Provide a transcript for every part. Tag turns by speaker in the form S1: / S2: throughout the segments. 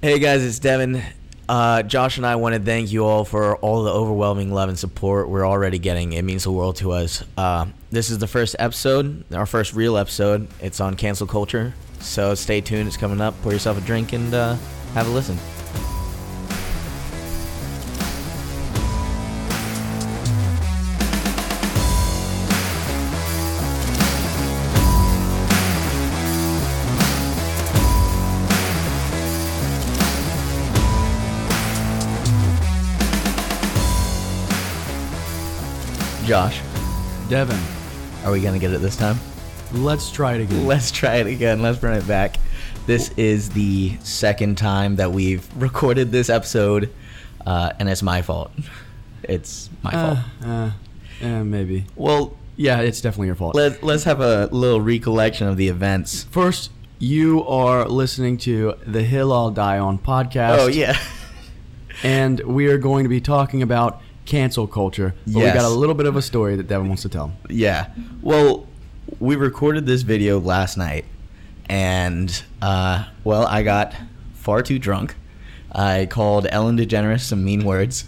S1: Hey guys, it's Devin. Uh, Josh and I want to thank you all for all the overwhelming love and support we're already getting. It means the world to us. Uh, this is the first episode, our first real episode. It's on cancel culture. So stay tuned, it's coming up. Pour yourself a drink and uh, have a listen. Josh,
S2: Devin,
S1: are we going to get it this time?
S2: let's try it again.
S1: Let's try it again. Let's run it back. This is the second time that we've recorded this episode, uh, and it's my fault. It's my fault.
S2: uh, uh, eh, maybe.
S1: Well,
S2: Yeah, it's definitely your fault.
S1: let, let's have a little recollection of the events.
S2: First, you are listening to the Hill I'll Die On podcast.
S1: Oh, yeah.
S2: And we are going to be talking about cancel culture. But
S1: Yes.
S2: we got a little bit of a story that Devin wants to tell.
S1: yeah. Well, we recorded this video last night, and, uh, well, I got far too drunk. I called Ellen DeGeneres some mean words,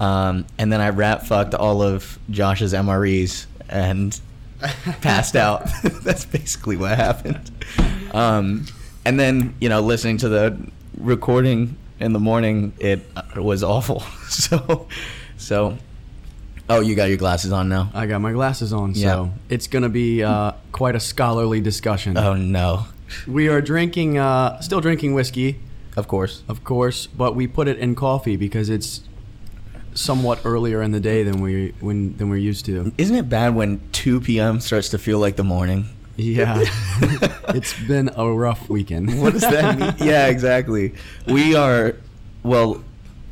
S1: um, and then I rat fucked all of Josh's MREs and passed out. That's basically what happened. Um, and then, you know, listening to the recording in the morning, it uh, was awful. so, so. Oh, you got your glasses on now.
S2: I got my glasses on,
S1: Yeah.
S2: so it's going to be uh, quite a scholarly discussion.
S1: Oh no.
S2: We are drinking, uh, still drinking whiskey,
S1: Of course.
S2: of course, but we put it in coffee because it's somewhat earlier in the day than we when than we're used to.
S1: Isn't it bad when 2 p.m. starts to feel like the morning?
S2: Yeah. it's been a rough weekend.
S1: What does that mean? yeah, exactly. We are, well,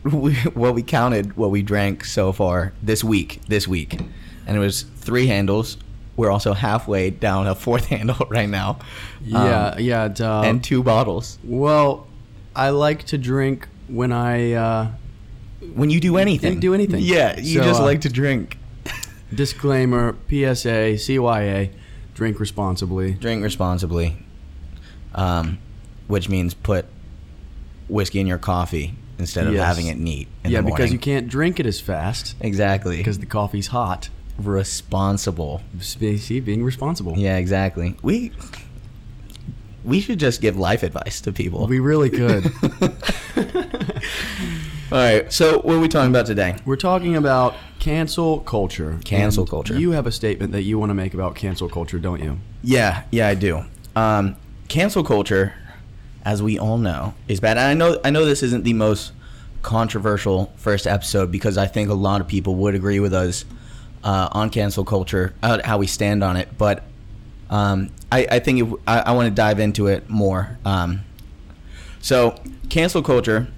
S1: we, well, we counted what we drank so far this week, this week, and it was three handles. We're also halfway down a fourth handle right now.
S2: Yeah,
S1: Um,
S2: yeah. It, uh,
S1: and two bottles.
S2: well, I like to drink when I uh,
S1: When you do anything,
S2: do anything.
S1: Yeah, you
S2: So,
S1: just
S2: uh,
S1: like to drink.
S2: disclaimer PSA CYA drink responsibly.
S1: drink responsibly, um, which means put whiskey in your coffee instead of
S2: Yes.
S1: having it neat. In
S2: yeah,
S1: the
S2: because
S1: morning.
S2: you can't drink it as fast
S1: exactly
S2: because the coffee's hot.
S1: responsible.
S2: Sp- See, being responsible.
S1: Yeah, exactly. We we should just give life advice to people.
S2: We really could.
S1: All right. So what are we talking about today?
S2: We're talking about cancel culture.
S1: Cancel
S2: And
S1: culture.
S2: You have a statement that you want to make about cancel culture, don't you?
S1: Yeah, yeah, I do. Um, cancel culture, as we all know, is bad. And I know, I know this isn't the most controversial first episode because I think a lot of people would agree with us uh, on cancel culture, uh, how we stand on it. But um, I, I think it, I, I want to dive into it more. Um, so, cancel culture,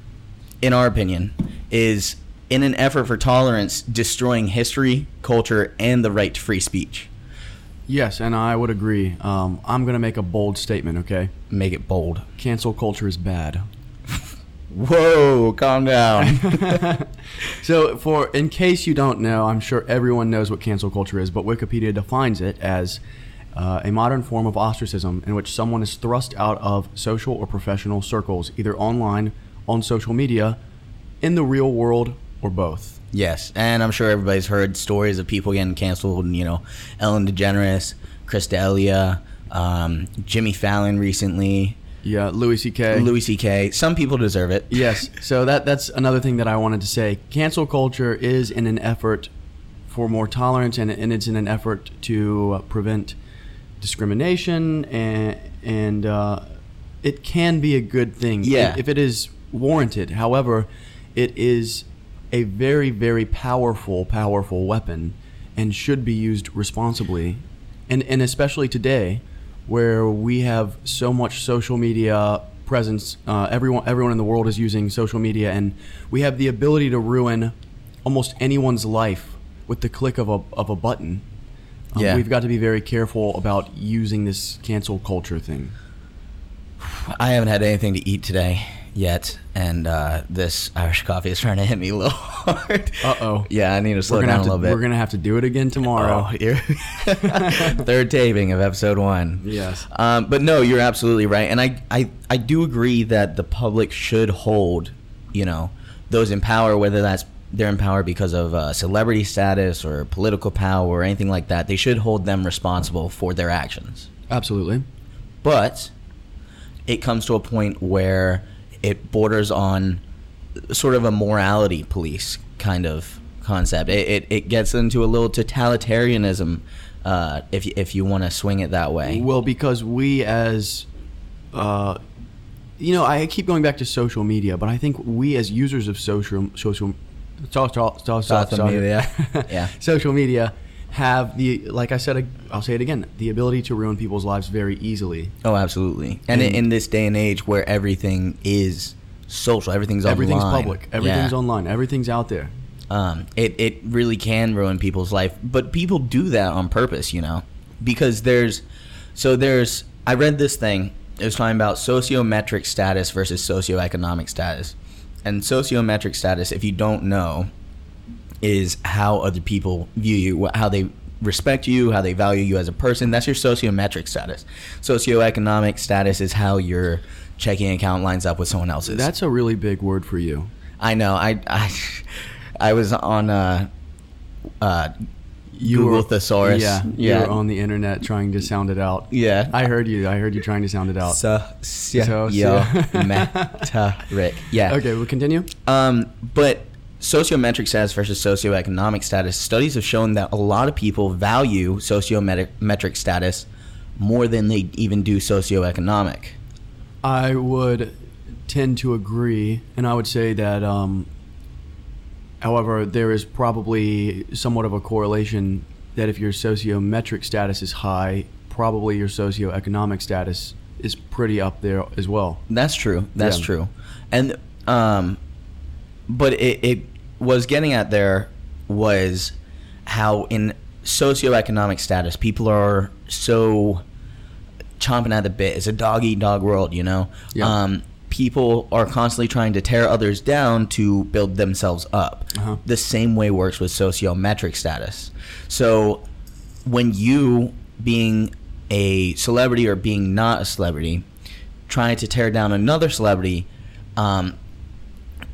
S1: in our opinion, is in an effort for tolerance, destroying history, culture, and the right to free speech.
S2: Yes, and I would agree. Um, I'm going to make a bold statement, okay?
S1: Make it bold.
S2: Cancel culture is bad.
S1: Whoa, calm down.
S2: So, for in case you don't know, I'm sure everyone knows what cancel culture is, but Wikipedia defines it as uh, a modern form of ostracism in which someone is thrust out of social or professional circles, either online, on social media, in the real world, or both.
S1: yes, and I'm sure everybody's heard stories of people getting canceled, and you know, Ellen DeGeneres, Chris D'Elia, um, Jimmy Fallon recently,
S2: Yeah, Louis C.K.
S1: Louis C.K. Some people deserve it.
S2: yes. So that that's another thing that I wanted to say. Cancel culture is in an effort for more tolerance, and, and it's in an effort to uh, prevent discrimination, and and uh, it can be a good thing,
S1: Yeah.
S2: if, if it is warranted. However, it is a very very powerful powerful weapon, and should be used responsibly, and and especially today, where we have so much social media presence. Uh, everyone everyone in the world is using social media, and we have the ability to ruin almost anyone's life with the click of a of a button. Um,
S1: Yeah.
S2: We've got to be very careful about using this cancel culture thing.
S1: I haven't had anything to eat today, yet, and uh, this Irish coffee is trying to hit me a little hard.
S2: Uh-oh.
S1: Yeah, I need to slow
S2: We're gonna
S1: down
S2: have
S1: a
S2: to.
S1: little bit.
S2: We're gonna have to do it again tomorrow.
S1: Oh, you're- third taping of episode one.
S2: Yes.
S1: Um, but no, you're absolutely right, and I, I I do agree that the public should hold, you know, those in power, whether that's they're in power because of uh, celebrity status or political power or anything like that. They should hold them responsible for their actions.
S2: Absolutely.
S1: But it comes to a point where it borders on sort of a morality police kind of concept. It, it, it gets into a little totalitarianism uh, if, you- if you want to swing it that way.
S2: Well, because we as, uh, you know, I keep going back to social media, but I think we as users of social social so- so- so- so-
S1: Social media.
S2: sorry.
S1: Yeah.
S2: social media have the like I said I'll say it again the ability to ruin people's lives very easily.
S1: Oh, absolutely. And in, in this day and age where everything is social, everything's
S2: Everything's
S1: online.
S2: public. Everything's
S1: Yeah.
S2: online. Everything's out there.
S1: Um, it, it really can ruin people's life, but people do that on purpose, you know, because there's so there's I read this thing. It was talking about sociometric status versus socioeconomic status, and sociometric status, if you don't know, is how other people view you, wh- how they respect you, how they value you as a person. That's your sociometric status. Socioeconomic status is how your checking account lines up with someone else's.
S2: That's a really big word for you.
S1: I know. I I, I was on uh, uh,
S2: You
S1: Google
S2: were-
S1: thesaurus.
S2: Yeah,
S1: yeah,
S2: You were on the internet trying to sound it out.
S1: yeah.
S2: I uh, heard you. I heard you trying to sound it out.
S1: so, so,
S2: So-
S1: yo,
S2: so-
S1: metric. Yeah.
S2: okay, we'll continue.
S1: Um, but sociometric status versus socioeconomic status. Studies have shown that a lot of people value sociometric status more than they even do socioeconomic.
S2: I would tend to agree, and I would say that, um, however, there is probably somewhat of a correlation that if your sociometric status is high, probably your socioeconomic status is pretty up there as well.
S1: That's true. That's
S2: Yeah.
S1: true. And um but it, it was getting at there was how in socioeconomic status people are so chomping at the bit. It's a dog eat dog world, you know?
S2: Yeah.
S1: Um people are constantly trying to tear others down to build themselves up.
S2: Uh-huh.
S1: The same way works with sociometric status. So when you being a celebrity or being not a celebrity trying to tear down another celebrity um,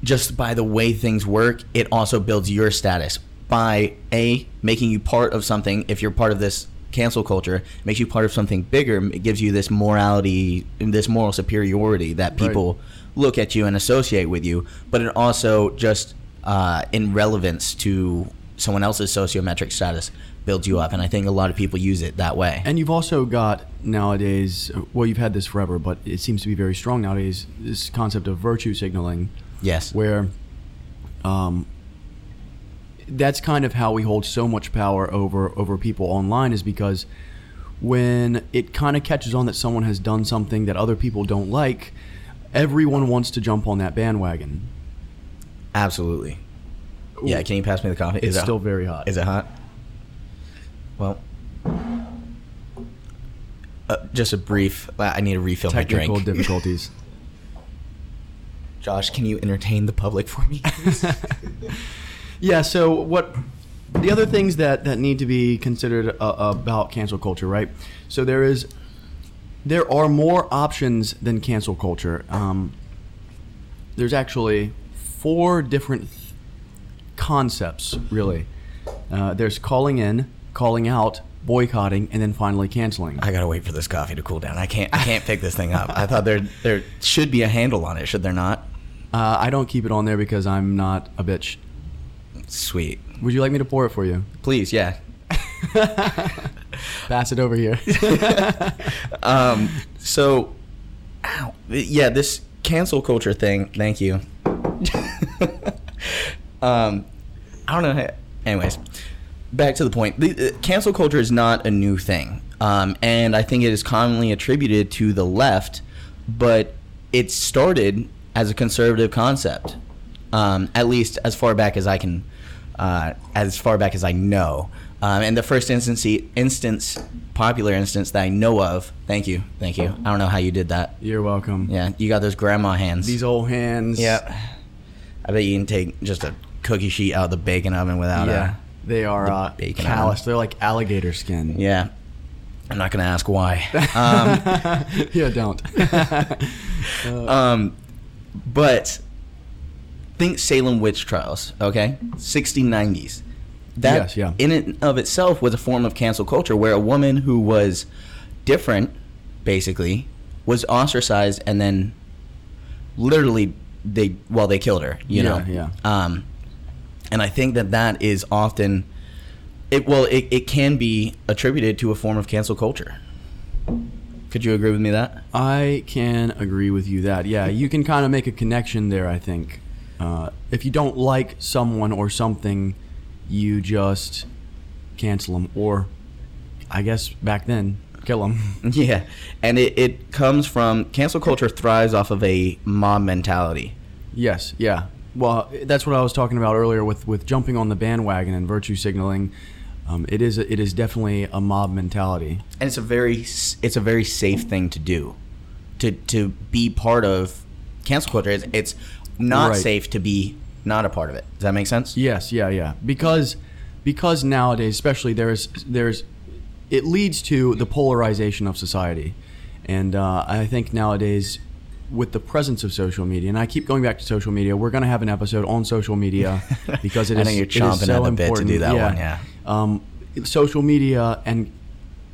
S1: just by the way things work it also builds your status by a making you part of something if you're part of this cancel culture makes you part of something bigger it gives you this morality this moral superiority that
S2: Right.
S1: people look at you and associate with you but it also just uh, in relevance to someone else's sociometric status builds you up and i think a lot of people use it that way
S2: And you've also got nowadays, well, you've had this forever, but it seems to be very strong nowadays, this concept of virtue signaling.
S1: yes
S2: where um, that's kind of how we hold so much power over over people online is because when it kind of catches on that someone has done something that other people don't like, everyone wants to jump on that bandwagon.
S1: absolutely yeah can you pass me the coffee
S2: It's
S1: Is it-
S2: still very hot.
S1: Is it hot? Well, uh, just a brief. I need to refill my
S2: Technical
S1: drink.
S2: difficulties.
S1: Josh, can you entertain the public for me?
S2: Yeah. So what? The other things that that need to be considered uh, about cancel culture, right? So there is, there are more options than cancel culture. Um, there's actually four different th- concepts, really. Uh, there's calling in, calling out, boycotting, and then finally canceling. Uh,
S1: I gotta wait for this coffee to cool down. I can't. I can't pick this thing up. I thought there there should be a handle on it. Should there not?
S2: Uh, I don't keep it on there because I'm not a bitch.
S1: Sweet.
S2: Would you like me to pour it for you?
S1: Please, yeah.
S2: Pass it over here.
S1: Um. So, ow, yeah. This cancel culture thing. Thank you. um, I don't know. How, anyways, back to the point. The, uh, cancel culture is not a new thing, um, and I think it is commonly attributed to the left, but it started as a conservative concept, um, at least as far back as I can, uh, as far back as I know. Um, and the first instance, instance, popular instance that I know of. Thank you, thank you. I don't know how you did that.
S2: You're welcome.
S1: Yeah, you got those grandma hands.
S2: These old hands.
S1: Yep. I bet you can take just a cookie sheet out of the bacon oven without
S2: Yeah.
S1: yeah.
S2: They are uh,
S1: bacon
S2: callous.
S1: on.
S2: They're like alligator skin.
S1: Yeah. I'm not going to ask why. Um,
S2: yeah, don't.
S1: um, but think Salem witch trials, okay? 1690s. That
S2: Yes, yeah.
S1: in and of itself was a form of cancel culture where a woman who was different, basically, was ostracized and then literally they well they killed her you
S2: Yeah,
S1: know
S2: yeah.
S1: um and i think that that is often it well it, it can be attributed to a form of cancel culture could you agree with me that
S2: I can agree with you that. Yeah, you can kind of make a connection there, I think. Uh, if you don't like someone or something, you just cancel them or I guess back then kill them.
S1: Yeah, and it, it comes from cancel culture thrives off of a mob mentality.
S2: yes, yeah. Well, that's what I was talking about earlier with with jumping on the bandwagon and virtue signaling. Um, it is it is definitely a mob mentality.
S1: and it's a very s- it's a very safe thing to do to to be part of cancel culture it's, it's not
S2: Right.
S1: safe to be not a part of it does that make sense
S2: Yes, yeah, yeah. Because because nowadays, especially there's there's it leads to the polarization of society, and uh, I think nowadays with the presence of social media, and I keep going back to social media. We're going to have an episode on social media because it
S1: I
S2: is.
S1: think you're
S2: it is
S1: chomping
S2: so
S1: at the bit to
S2: important.
S1: do that one, yeah.
S2: Um, social media and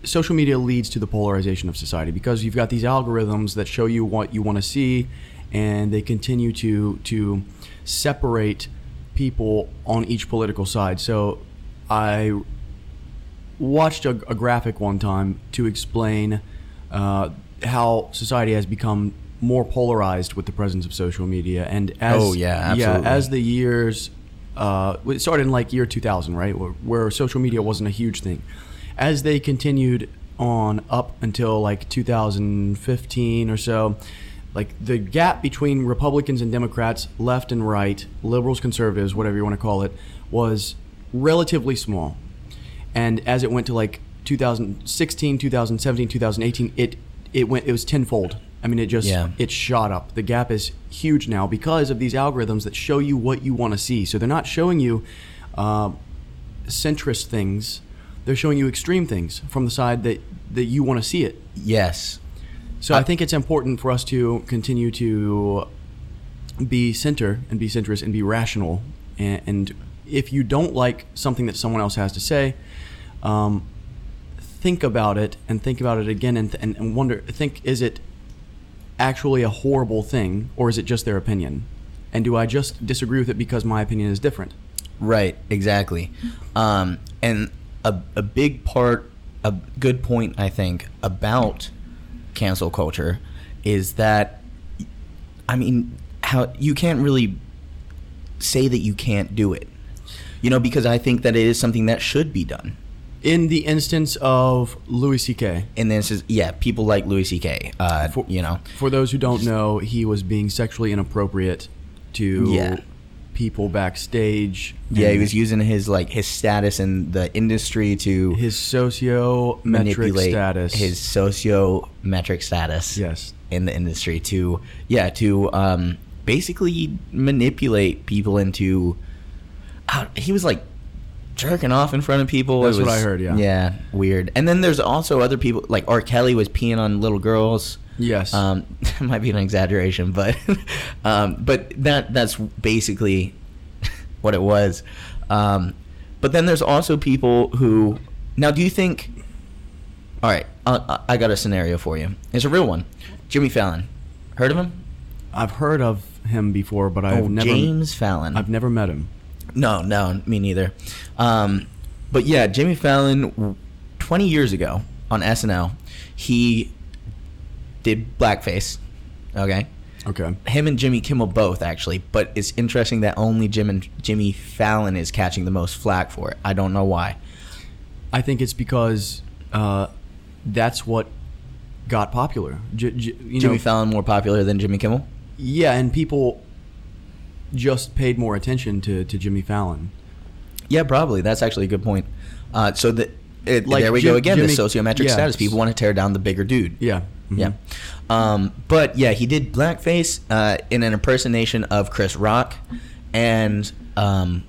S2: social media leads to the polarization of society because you've got these algorithms that show you what you want to see and they continue to to separate people on each political side so i watched a, a graphic one time to explain uh, how society has become more polarized with the presence of social media and as
S1: Oh, yeah, absolutely.
S2: as the years uh, it started in like year 2000 right where, where social media wasn't a huge thing as they continued on up until like 2015 or so like the gap between republicans and democrats left and right liberals conservatives whatever you want to call it was relatively small and as it went to like 2016 2017 2018 it it went it was tenfold i mean it just
S1: Yeah.
S2: it shot up the gap is huge now because of these algorithms that show you what you want to see so they're not showing you uh, centrist things they're showing you extreme things from the side that that you want to see it
S1: yes
S2: so I think it's important for us to continue to be center and be centrist and be rational. And, and if you don't like something that someone else has to say, um, think about it and think about it again and, and, and wonder think is it actually a horrible thing or is it just their opinion? And do I just disagree with it because my opinion is different?
S1: Right, exactly. Um, and a, a big part, a good point, I think, about cancel culture is that, I mean, how you can't really say that you can't do it, you know, because I think that it is something that should be done.
S2: In the instance of Louis C.K.,
S1: And then it says, yeah, people like Louis C.K., uh,
S2: For-
S1: you know,
S2: For those who don't know, he was being sexually inappropriate to
S1: Yeah.
S2: people backstage.
S1: yeah, he
S2: and
S1: was using his like his status in the industry to
S2: his sociometric
S1: manipulate
S2: status.
S1: his sociometric status.
S2: yes,
S1: in the industry to yeah to um, basically manipulate people into uh, he was like jerking off in front of people It
S2: That's what
S1: was-
S2: I heard, yeah.
S1: yeah weird and then there's also other people like r kelly was peeing on little girls
S2: yes,
S1: um that might be an exaggeration but um but that that's basically what it was um but then there's also people who now do you think all right uh, i got a scenario for you it's a real one jimmy fallon heard of him
S2: I've heard of him before, but I've
S1: oh
S2: never,
S1: james fallon
S2: I've never met him.
S1: no, no, me neither. Um, but yeah, Jimmy Fallon, w- 20 years ago on SNL, he did blackface. Okay,
S2: Okay,
S1: him and Jimmy Kimmel both actually, but it's interesting that only Jim and Jimmy Fallon is catching the most flack for it. I don't know why.
S2: I think it's because uh, that's what got popular. J- j- you
S1: Jimmy
S2: know,
S1: Fallon more popular than Jimmy Kimmel.
S2: yeah, and people just paid more attention to, to Jimmy Fallon.
S1: Yeah, probably. That's actually a good point. Uh, so the, it,
S2: Like
S1: there we
S2: Jim-
S1: go again. the
S2: Jimmy-
S1: sociometric
S2: yeah.
S1: status. People want to tear down the bigger dude.
S2: Yeah. Mhm.
S1: Yeah. Um, but yeah, he did blackface uh, in an impersonation of Chris Rock. And, um,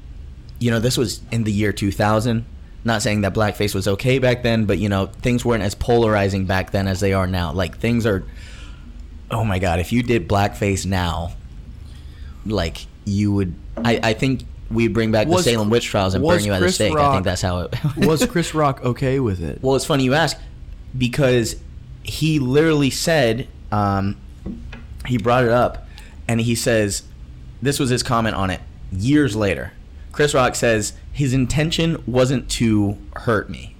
S1: you know, this was in the year 2000. Not saying that blackface was okay back then, but, you know, things weren't as polarizing back then as they are now. Like, things are. Oh my God, if you did blackface now, like, you would. I, I think we'd bring back
S2: Was-
S1: the Salem witch trials and
S2: was
S1: burn you at the
S2: Chris
S1: stake. I
S2: Rock-
S1: think that's how it.
S2: Was Chris Rock okay with it?
S1: Well, it's funny you ask because he literally said um, he brought it up, and he says this was his comment on it years later. Chris Rock says his intention wasn't to hurt me.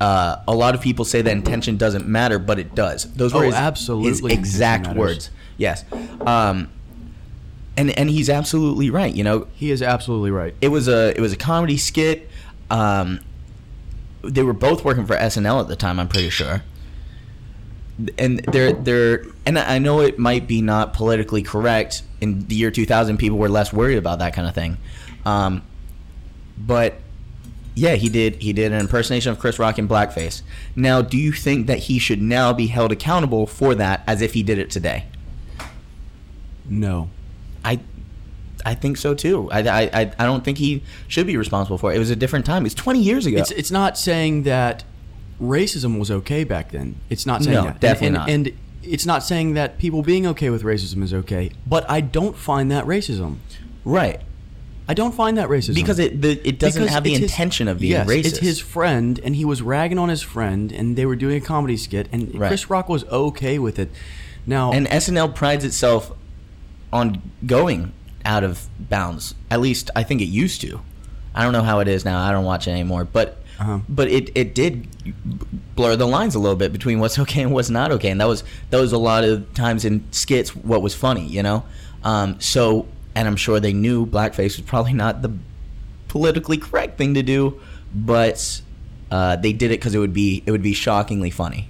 S1: Uh, a lot of people say that intention doesn't matter, but it does. Those were
S2: Oh,
S1: his, his
S2: absolutely
S1: exact
S2: intention
S1: words. Yes, um, and and he's absolutely right. You know,
S2: He is absolutely right.
S1: it was a it was a comedy skit. Um, they were both working for SNL at the time, I'm pretty sure. And they're they're and I know it might be not politically correct. In the year 2000, people were less worried about that kind of thing. Um, but yeah, he did he did an impersonation of Chris Rock in blackface. Now, do you think that he should now be held accountable for that as if he did it today?
S2: No.
S1: I I think so too. I, I, I I don't think he should be responsible for it. It was a different time. It's 20 years ago.
S2: It's it's not saying that racism was okay back then. It's not saying
S1: No,
S2: that. And-
S1: definitely
S2: and, And it's not saying that people being okay with racism is okay. But I don't find that racism.
S1: right.
S2: I don't find that racism
S1: Because it the, it doesn't
S2: Because
S1: have the
S2: it's his-
S1: intention of being
S2: yes,
S1: racist.
S2: It's his friend, and he was ragging on his friend, and they were doing a comedy skit, and
S1: Right.
S2: Chris Rock was okay with it. Now,
S1: and SNL prides itself on going out of bounds. At least I think it used to. I don't know how it is now. I don't watch it anymore. But
S2: Uh-huh.
S1: but it, it did blur the lines a little bit between what's okay and what's not okay. And that was that was a lot of times in skits what was funny, you know. Um, so and I'm sure they knew blackface was probably not the politically correct thing to do, but uh, they did it because it would be it would be shockingly funny.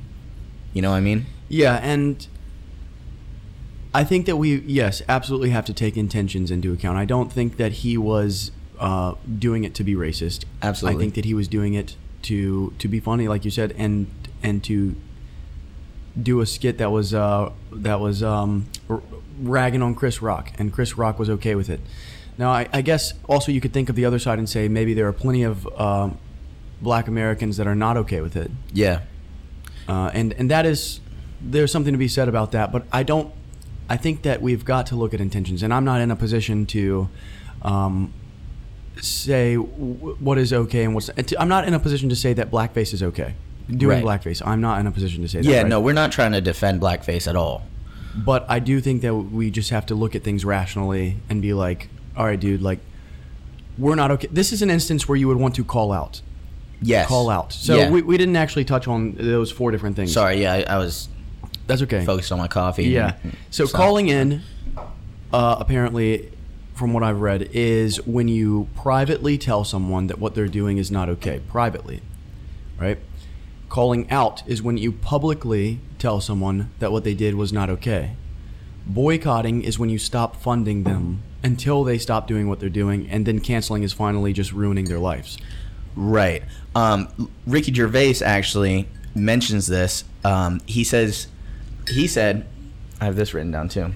S1: You know what I mean?
S2: yeah, and I think that we yes absolutely have to take intentions into account. I don't think that he was uh, doing it to be racist.
S1: Absolutely.
S2: I think that he was doing it to to be funny, like you said, and and to do a skit that was uh, that was um, r- ragging on Chris Rock, and Chris Rock was okay with it. Now, I, I guess also you could think of the other side and say maybe there are plenty of um black Americans that are not okay with it,
S1: Yeah.
S2: uh, and and that is there's something to be said about that. But I don't. I think that we've got to look at intentions, and I'm not in a position to. Um, say w- what is okay and what's and to- I'm not in a position to say that blackface is okay. Doing
S1: Right.
S2: blackface, I'm not in a position to say that.
S1: Yeah,
S2: right?
S1: no, we're not trying to defend blackface at all.
S2: But I do think that we just have to look at things rationally and be like, all right, dude, like, we're not okay. This is an instance where you would want to call out.
S1: Yes.
S2: Call out. So
S1: Yeah.
S2: we, we didn't actually touch on those four different things.
S1: Sorry, yeah, I, I was
S2: That's okay.
S1: focused on my coffee.
S2: Yeah. So calling in, uh, apparently, from what I've read, is when you privately tell someone that what they're doing is not okay. Privately, right? Calling out is when you publicly tell someone that what they did was not okay. Boycotting is when you stop funding them until they stop doing what they're doing, and then canceling is finally just ruining their lives.
S1: Right. Um, Ricky Gervais actually mentions this. Um, he says, he said, I have this written down too.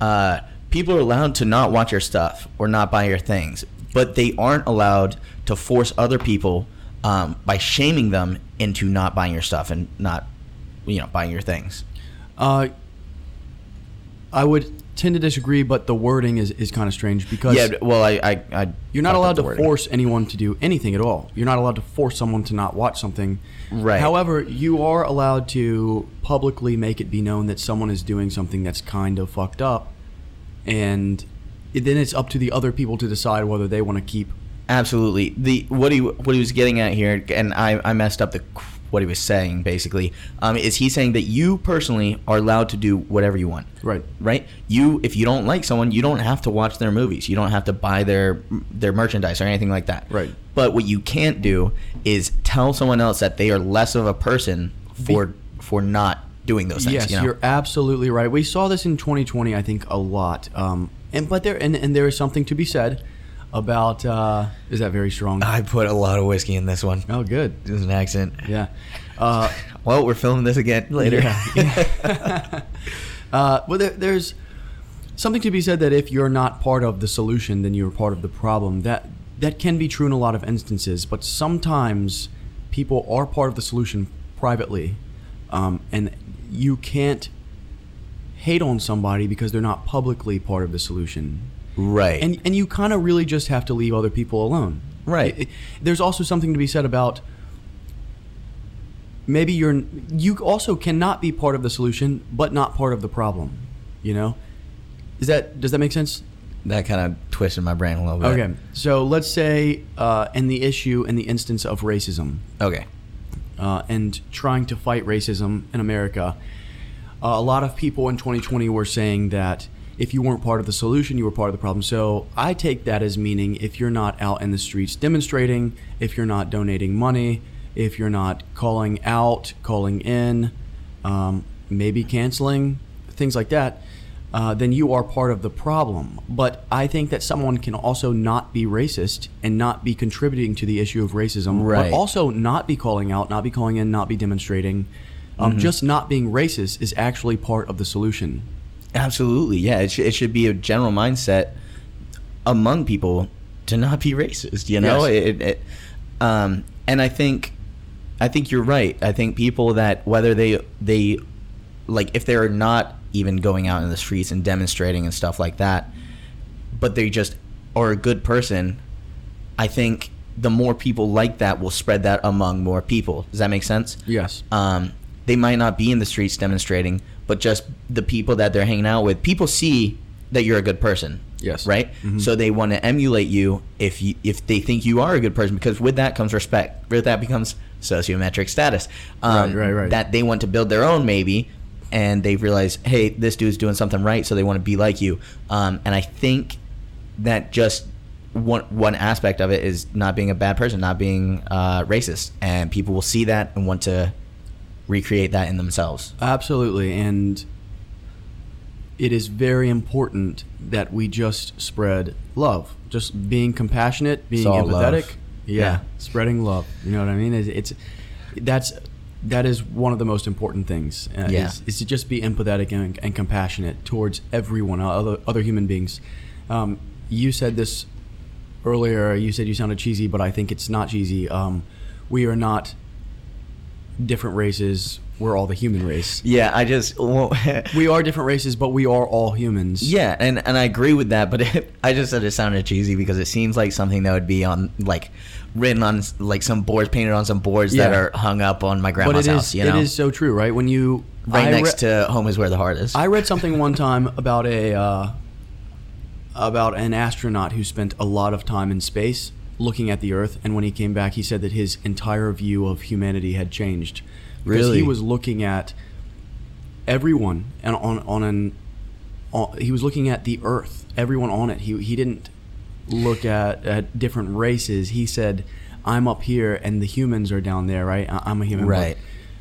S1: Uh, people are allowed to not watch your stuff or not buy your things, but they aren't allowed to force other people um, by shaming them into not buying your stuff and not, you know, buying your things.
S2: Uh, I would tend to disagree, but the wording is, is kind of strange because
S1: Yeah. Well, I, I, I
S2: You're not
S1: fucked up
S2: allowed
S1: the
S2: to
S1: wording.
S2: force anyone to do anything at all. You're not allowed to force someone to not watch something.
S1: Right.
S2: However, you are allowed to publicly make it be known that someone is doing something that's kind of fucked up, and it- then it's up to the other people to decide whether they want to keep.
S1: Absolutely. The what he what he was getting at here, and I, I messed up the what he was saying basically. Um, is he saying that you personally are allowed to do whatever you want?
S2: Right.
S1: Right. You if you don't like someone, you don't have to watch their movies. You don't have to buy their their merchandise or anything like that.
S2: Right.
S1: But what you can't do is tell someone else that they are less of a person for for not doing those things.
S2: Yes,
S1: you know?
S2: you're absolutely right. We saw this in 2020, I think, a lot. Um, and but there and, and there is something to be said about uh, is that very strong?
S1: I put a lot of whiskey in this one.
S2: oh, good.
S1: It was an accent.
S2: Yeah. Uh,
S1: Well, we're filming this again later.
S2: Yeah, yeah. uh, well, there, there's something to be said that if you're not part of the solution, then you're part of the problem. That that can be true in a lot of instances, but sometimes people are part of the solution privately, um, and you can't hate on somebody because they're not publicly part of the solution.
S1: right.
S2: And and you kind of really just have to leave other people alone.
S1: Right.
S2: I- I- There's also something to be said about maybe you're you also cannot be part of the solution but not part of the problem, you know? Is that does that make sense?
S1: that kind of twisted my brain a little bit.
S2: Okay. So let's say uh, in the issue in the instance of racism,
S1: Okay.
S2: uh, and trying to fight racism in America. Uh, a lot of people in 2020 were saying that if you weren't part of the solution, you were part of the problem. So I take that as meaning if you're not out in the streets demonstrating, if you're not donating money, if you're not calling out, calling in, um, maybe canceling, things like that, uh, then you are part of the problem. But I think that someone can also not be racist and not be contributing to the issue of racism,
S1: Right.
S2: but also also not be calling out, not be calling in, not be demonstrating, um,
S1: Mm-hmm.
S2: just not being racist is actually part of the solution.
S1: Absolutely. Yeah. It, sh- it should be a general mindset among people to not be racist, you know?
S2: Yes.
S1: It, it, um, and I think, I think you're right. I think people that, whether they, they, like, if they're not even going out in the streets and demonstrating and stuff like that, but they just are a good person, I think the more people like that will spread that among more people. Does that make sense?
S2: Yes.
S1: um, they might not be in the streets demonstrating, but just the people that they're hanging out with. People see that you're a good person.
S2: Yes.
S1: Right. So they want to emulate you if you if they think you are a good person, because with that comes respect. With that becomes sociometric status. Um,
S2: Right, right, right.
S1: That they want to build their own maybe, and they realize, hey, this dude's doing something right, so they want to be like you. Um, and I think that just one one aspect of it is not being a bad person, not being uh, racist, and people will see that and want to recreate that in themselves.
S2: Absolutely. And it is very important that we just spread love, just being compassionate, being
S1: all love.
S2: empathetic. Yeah.
S1: Yeah.
S2: Spreading love. You know what I mean? It's, it's that's that is one of the most important things. Uh,
S1: Yeah.
S2: is, is to just be empathetic and, and compassionate towards everyone, other other human beings. Um, you said this earlier. You said you sounded cheesy, but I think it's not cheesy. Um, we are not different races. We're all the human race.
S1: Yeah, I just well,
S2: We are different races, but we are all humans.
S1: yeah, and and I agree with that, but it, I just said it sounded cheesy because it seems like something that would be on like written on like some boards, painted on some boards that
S2: Yeah.
S1: are hung up on my
S2: but
S1: grandma's
S2: it is
S1: house. You know,
S2: it is so true, right? When you
S1: right
S2: I
S1: next
S2: re-
S1: to home is where the heart is.
S2: I read something one time about a uh, about an astronaut who spent a lot of time in space looking at the Earth, and when he came back, he said that his entire view of humanity had changed because
S1: Really?
S2: he was looking at everyone and on on an on, he was looking at the Earth, everyone on it. He he didn't look at, at different races. He said, "I'm up here, and the humans are down there, right? I, I'm a human,
S1: Right.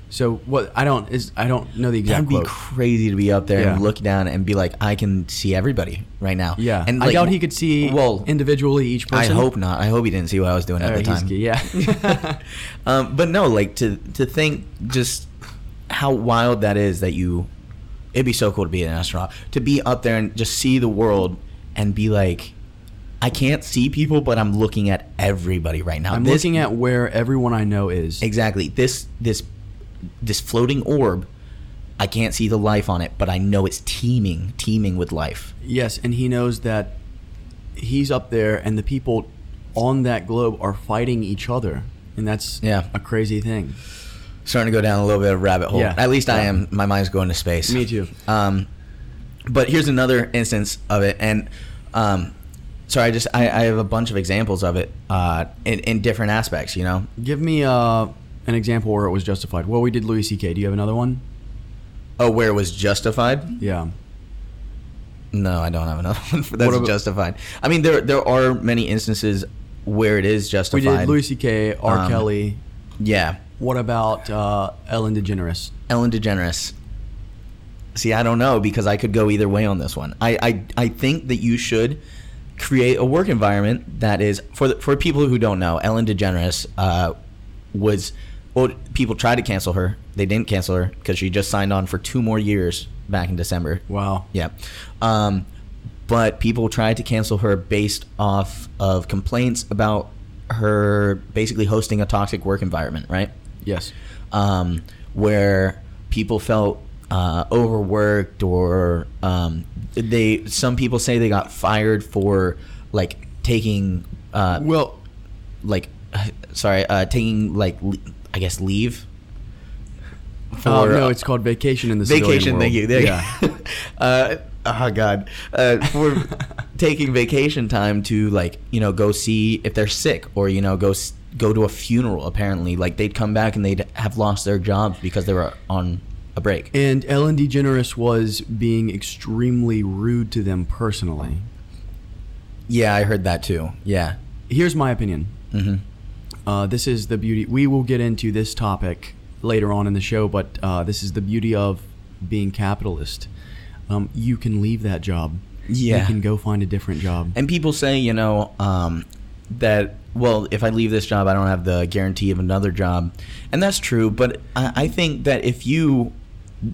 S2: So what I don't is I don't know the exact
S1: That'd be
S2: quote.
S1: crazy to be up there and
S2: Yeah.
S1: look down and be like, I can see everybody right now.
S2: Yeah,
S1: and
S2: I
S1: like,
S2: doubt he could see
S1: Well,
S2: individually each
S1: I
S2: person.
S1: hope not. I hope he didn't see what I was doing at
S2: Or
S1: the
S2: he's-
S1: time.
S2: Yeah,
S1: Um, but no, like to to think just how wild that is that you. It'd be so cool to be an astronaut to be up there and just see the world and be like, I can't see people, but I'm looking at everybody right now.
S2: I'm
S1: This-
S2: looking at where everyone I know is.
S1: exactly this this this floating orb. I can't see the life on it, but I know it's teeming, teeming with life.
S2: Yes, and he knows that he's up there, and the people on that globe are fighting each other, and that's
S1: Yeah.
S2: a crazy thing.
S1: starting to go down a little bit of a rabbit hole.
S2: Yeah.
S1: At least I
S2: Yeah.
S1: am. My mind's going to space.
S2: Me too.
S1: Um, but here's another instance of it, and um, sorry, I just I, I have a bunch of examples of it uh, in in different aspects. You know,
S2: Give me uh, an example where it was justified. Well, we did Louis C.K. Do you have another one?
S1: oh, where it was justified?
S2: Yeah.
S1: No, I don't have another one for that's
S2: What about-
S1: justified. I mean, there there are many instances where it is
S2: We
S1: justified.
S2: did Louis C.K., R.
S1: Um,
S2: Kelly.
S1: yeah,
S2: What about uh, Ellen DeGeneres?
S1: Ellen DeGeneres. See, I don't know because I could go either way on this one. I, I, I think that you should create a work environment that is for the, for people who don't know. Ellen DeGeneres uh, was well, people tried to cancel her. They didn't cancel her because she just signed on for two more years back in December.
S2: Wow.
S1: Yeah. Um, but people tried to cancel her based off of complaints about her basically hosting a toxic work environment, right?
S2: Yes.
S1: um, where people felt uh, overworked or um, they some people say they got fired for like taking uh,
S2: Well,
S1: like sorry uh, taking like le- I guess leave for uh,
S2: oh, no, it's called vacation in the civilian
S1: vacation.
S2: world.
S1: Thank you. There you
S2: yeah.
S1: go. uh, oh God, uh, for taking vacation time to like you know go see if they're sick or you know go s- go to a funeral. Apparently, like they'd come back and they'd have lost their jobs because they were on a break.
S2: and Ellen DeGeneres was being extremely rude to them personally.
S1: yeah, I heard that too. Yeah.
S2: Here's my opinion.
S1: Mm-hmm.
S2: Uh, this is the beauty. We will get into this topic later on in the show, but uh, this is the beauty of being capitalist. Um, you can leave that job. You
S1: Yeah.
S2: can go find a different job.
S1: And people say, you know, um, that well, if I leave this job, I don't have the guarantee of another job, and that's true. But I, I think that if you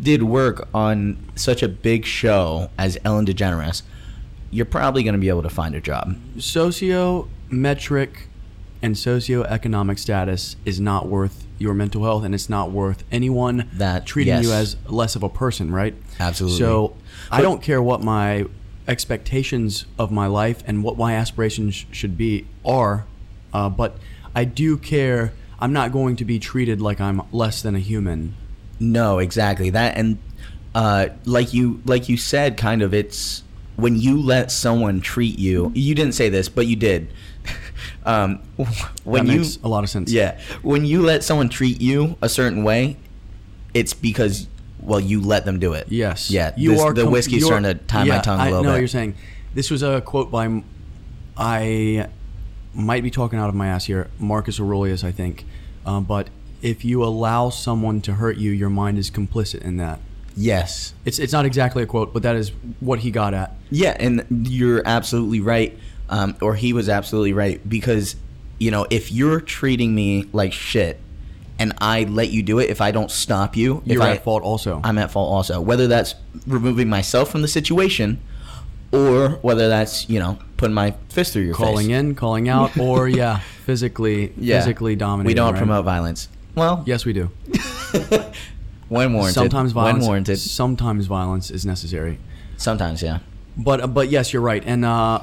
S1: did work on such a big show as Ellen DeGeneres, you're probably going to be able to find a job.
S2: Sociometric and socioeconomic status is not worth your mental health, and it's not worth anyone
S1: That-
S2: treating you
S1: yes.
S2: as less of a person, right?
S1: Absolutely.
S2: So I don't care what my expectations of my life and what my aspirations should be are, uh, but I do care. I'm not going to be treated like I'm less than a human.
S1: No, exactly that, and uh, like you like you said, kind of it's when you let someone treat you. You didn't say this, but you did. um, when
S2: that
S1: you
S2: makes a lot of sense.
S1: Yeah. When you let someone treat you a certain way, it's because well, you let them do it.
S2: Yes.
S1: Yeah. You are the
S2: com-
S1: whiskey's
S2: you're-
S1: starting to tie my
S2: yeah,
S1: tongue a
S2: I
S1: little
S2: know
S1: bit.
S2: what you're saying. This was a quote by, m- I might be talking out of my ass here, Marcus Aurelius, I think. Um, but if you allow someone to hurt you, your mind is complicit in that.
S1: yes.
S2: It's it's not exactly a quote, but that is what he got at.
S1: Yeah, and you're absolutely right. Um, or he was absolutely right because you know if you're treating me like shit, and I let you do it, if I don't stop you, if
S2: You're
S1: I,
S2: at fault also.
S1: I'm at fault also. Whether that's removing myself from the situation, or whether that's you know putting my fist through your face.
S2: calling in, calling out, or yeah, physically, physically dominating.
S1: We don't
S2: right?
S1: promote violence. Well,
S2: Yes, we do.
S1: when warranted.
S2: Sometimes violence.
S1: When warranted.
S2: Sometimes violence is necessary.
S1: Sometimes, yeah.
S2: But but yes, you're right, and uh,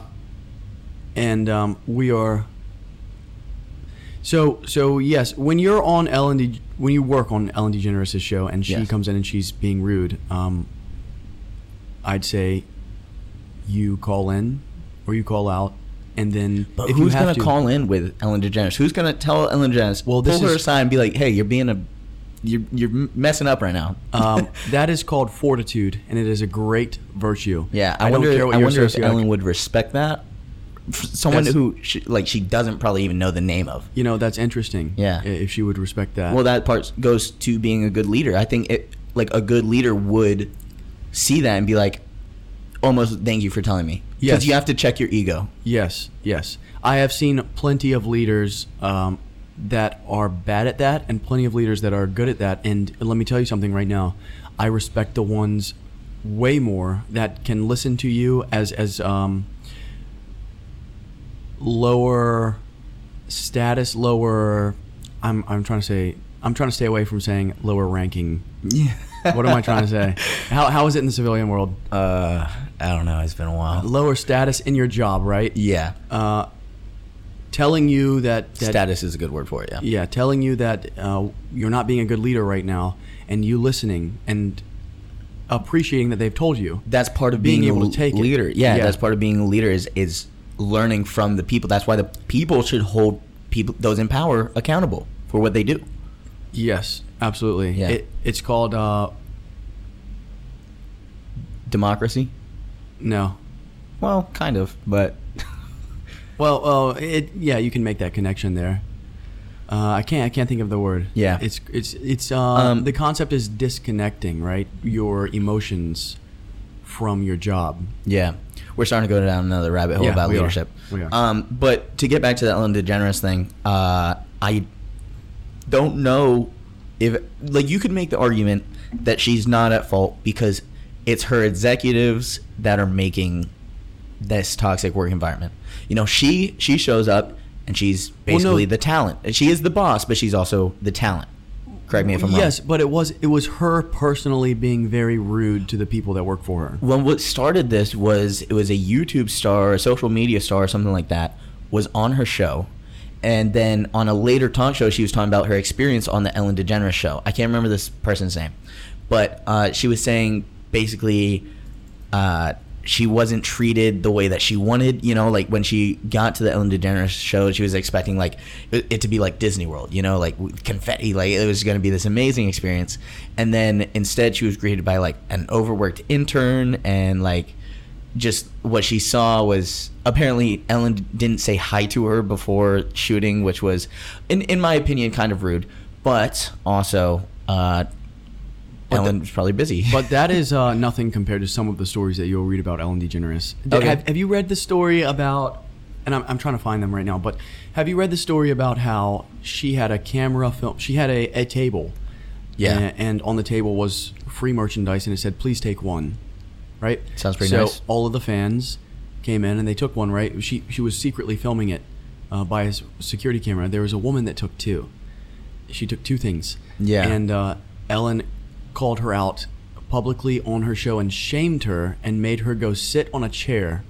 S2: and um, we are. So so yes, when you're on Ellen, De- when you work on Ellen DeGeneres' show, and she
S1: Yes.
S2: comes in and she's being rude, um, I'd say you call in or you call out, and then
S1: But
S2: if you
S1: who's
S2: have
S1: gonna
S2: to-
S1: call in with Ellen DeGeneres? Who's gonna tell Ellen DeGeneres?
S2: Well, this
S1: pull her
S2: is-
S1: aside and be like, "Hey, you're being a, you're you're messing up right now."
S2: um, that is called fortitude, and it is a great virtue.
S1: yeah, I, wonder.
S2: Don't care what
S1: I
S2: your
S1: wonder if
S2: socioec-
S1: Ellen would respect that. F- Someone
S2: That's-
S1: who she, like she doesn't probably even know the name of.
S2: You know that's interesting.
S1: Yeah.
S2: i- if she would respect that.
S1: Well, that part goes to being a good leader. I think it like a good leader would see that and be like, "Almost, thank you for telling me." Because
S2: Yes.
S1: you have to check your ego.
S2: yes, yes. I have seen plenty of leaders um, that are bad at that, and plenty of leaders that are good at that. And let me tell you something right now. I respect the ones way more that can listen to you as as um, lower status, lower. I'm I'm trying to say. I'm trying to stay away from saying lower ranking
S1: Yeah.
S2: what am I trying to say? How, how is it in the civilian world?
S1: Uh, I don't know. It's been a while.
S2: Lower status in your job, right?
S1: Yeah,
S2: Uh, telling you that, that
S1: status is a good word for it. Yeah.
S2: yeah, telling you that uh, you're not being a good leader right now, and you listening and appreciating that they've told you.
S1: that's part of being,
S2: Being
S1: a
S2: able
S1: l-
S2: to take it.
S1: leader. Yeah,
S2: Yeah.
S1: that's part of being a leader is is learning from the people. That's why the people should hold people those in power accountable for what they do.
S2: Yes, absolutely.
S1: Yeah.
S2: It, it's called uh,
S1: Democracy.
S2: no.
S1: Well, kind of, but
S2: Well, uh, it yeah, you can make that connection there. Uh, I can't. I can't think of the word.
S1: Yeah.
S2: it's it's it's. Uh,
S1: Um,
S2: the concept is disconnecting, right? Your emotions from your job.
S1: yeah. we're starting to go down another rabbit hole
S2: Yeah,
S1: about
S2: we are.
S1: leadership.
S2: We are.
S1: Um, but to get back to the Ellen DeGeneres thing, uh, I don't know if like you could make the argument that she's not at fault because it's her executives that are making this toxic work environment. You know, she she shows up and she's
S2: Well, no.
S1: basically the talent. And She is the boss, but she's also the talent. Correct me if I'm
S2: yes,
S1: wrong.
S2: but it was it was her personally being very rude to the people that work for her.
S1: When what started this was it was a YouTube star, a social media star, or something like that, was on her show, and then on a later talk show, she was talking about her experience on the Ellen DeGeneres show. I can't remember this person's name, but uh, she was saying basically uh, she wasn't treated the way that she wanted. You know, like when she got to the Ellen DeGeneres show, she was expecting like it, it to be like Disney World. You know, like with confetti, like it was going to be this amazing experience. And then instead, she was greeted by like an overworked intern and like just what she saw was apparently Ellen didn't say hi to her before shooting, which was, in in my opinion, kind of rude. But also, uh, Ellen was probably busy.
S2: But that is uh, nothing compared to some of the stories that you'll read about Ellen DeGeneres. D-
S1: Okay.
S2: Have, have you read the story about? And I'm, I'm trying to find them right now. But have you read the story about how she had a camera film? She had a, a table.
S1: Yeah.
S2: And, and on the table was free merchandise, and it said, "Please take one." Right.
S1: Sounds pretty
S2: so
S1: nice.
S2: all of the fans came in and they took one. Right. She she was secretly filming it uh, by a s- security camera. There was a woman that took two. She took two things.
S1: Yeah.
S2: And uh, Ellen called her out publicly on her show and shamed her and made her go sit on a chair.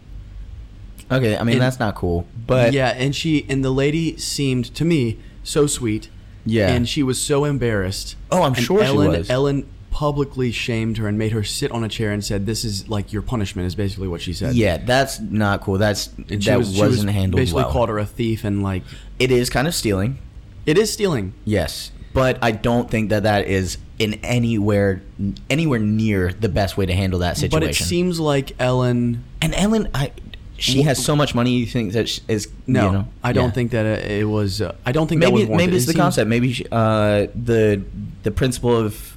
S1: Okay, I mean
S2: And-
S1: that's not cool, but
S2: yeah, and she and the lady seemed to me so sweet.
S1: Yeah.
S2: And she was so embarrassed.
S1: Oh, I'm
S2: And
S1: sure she
S2: Ellen,
S1: was.
S2: Ellen publicly shamed her and made her sit on a chair and said, "This is like your punishment." Is basically what she said.
S1: yeah, that's not cool. That's
S2: And she
S1: that
S2: was, she
S1: wasn't
S2: was
S1: handled
S2: Basically
S1: well.
S2: called her a thief and like
S1: it is kind of stealing,
S2: it is stealing.
S1: yes, but I don't think that that is in anywhere anywhere near the best way to handle that situation.
S2: But it seems like Ellen
S1: and Ellen, I she has so much money. You think that she is
S2: No,
S1: you know,
S2: I don't
S1: yeah.
S2: think that it, it was. Uh, I don't think that
S1: maybe
S2: was warranted.
S1: maybe it's
S2: It
S1: the
S2: seems-
S1: concept. Maybe she, uh, the the principle of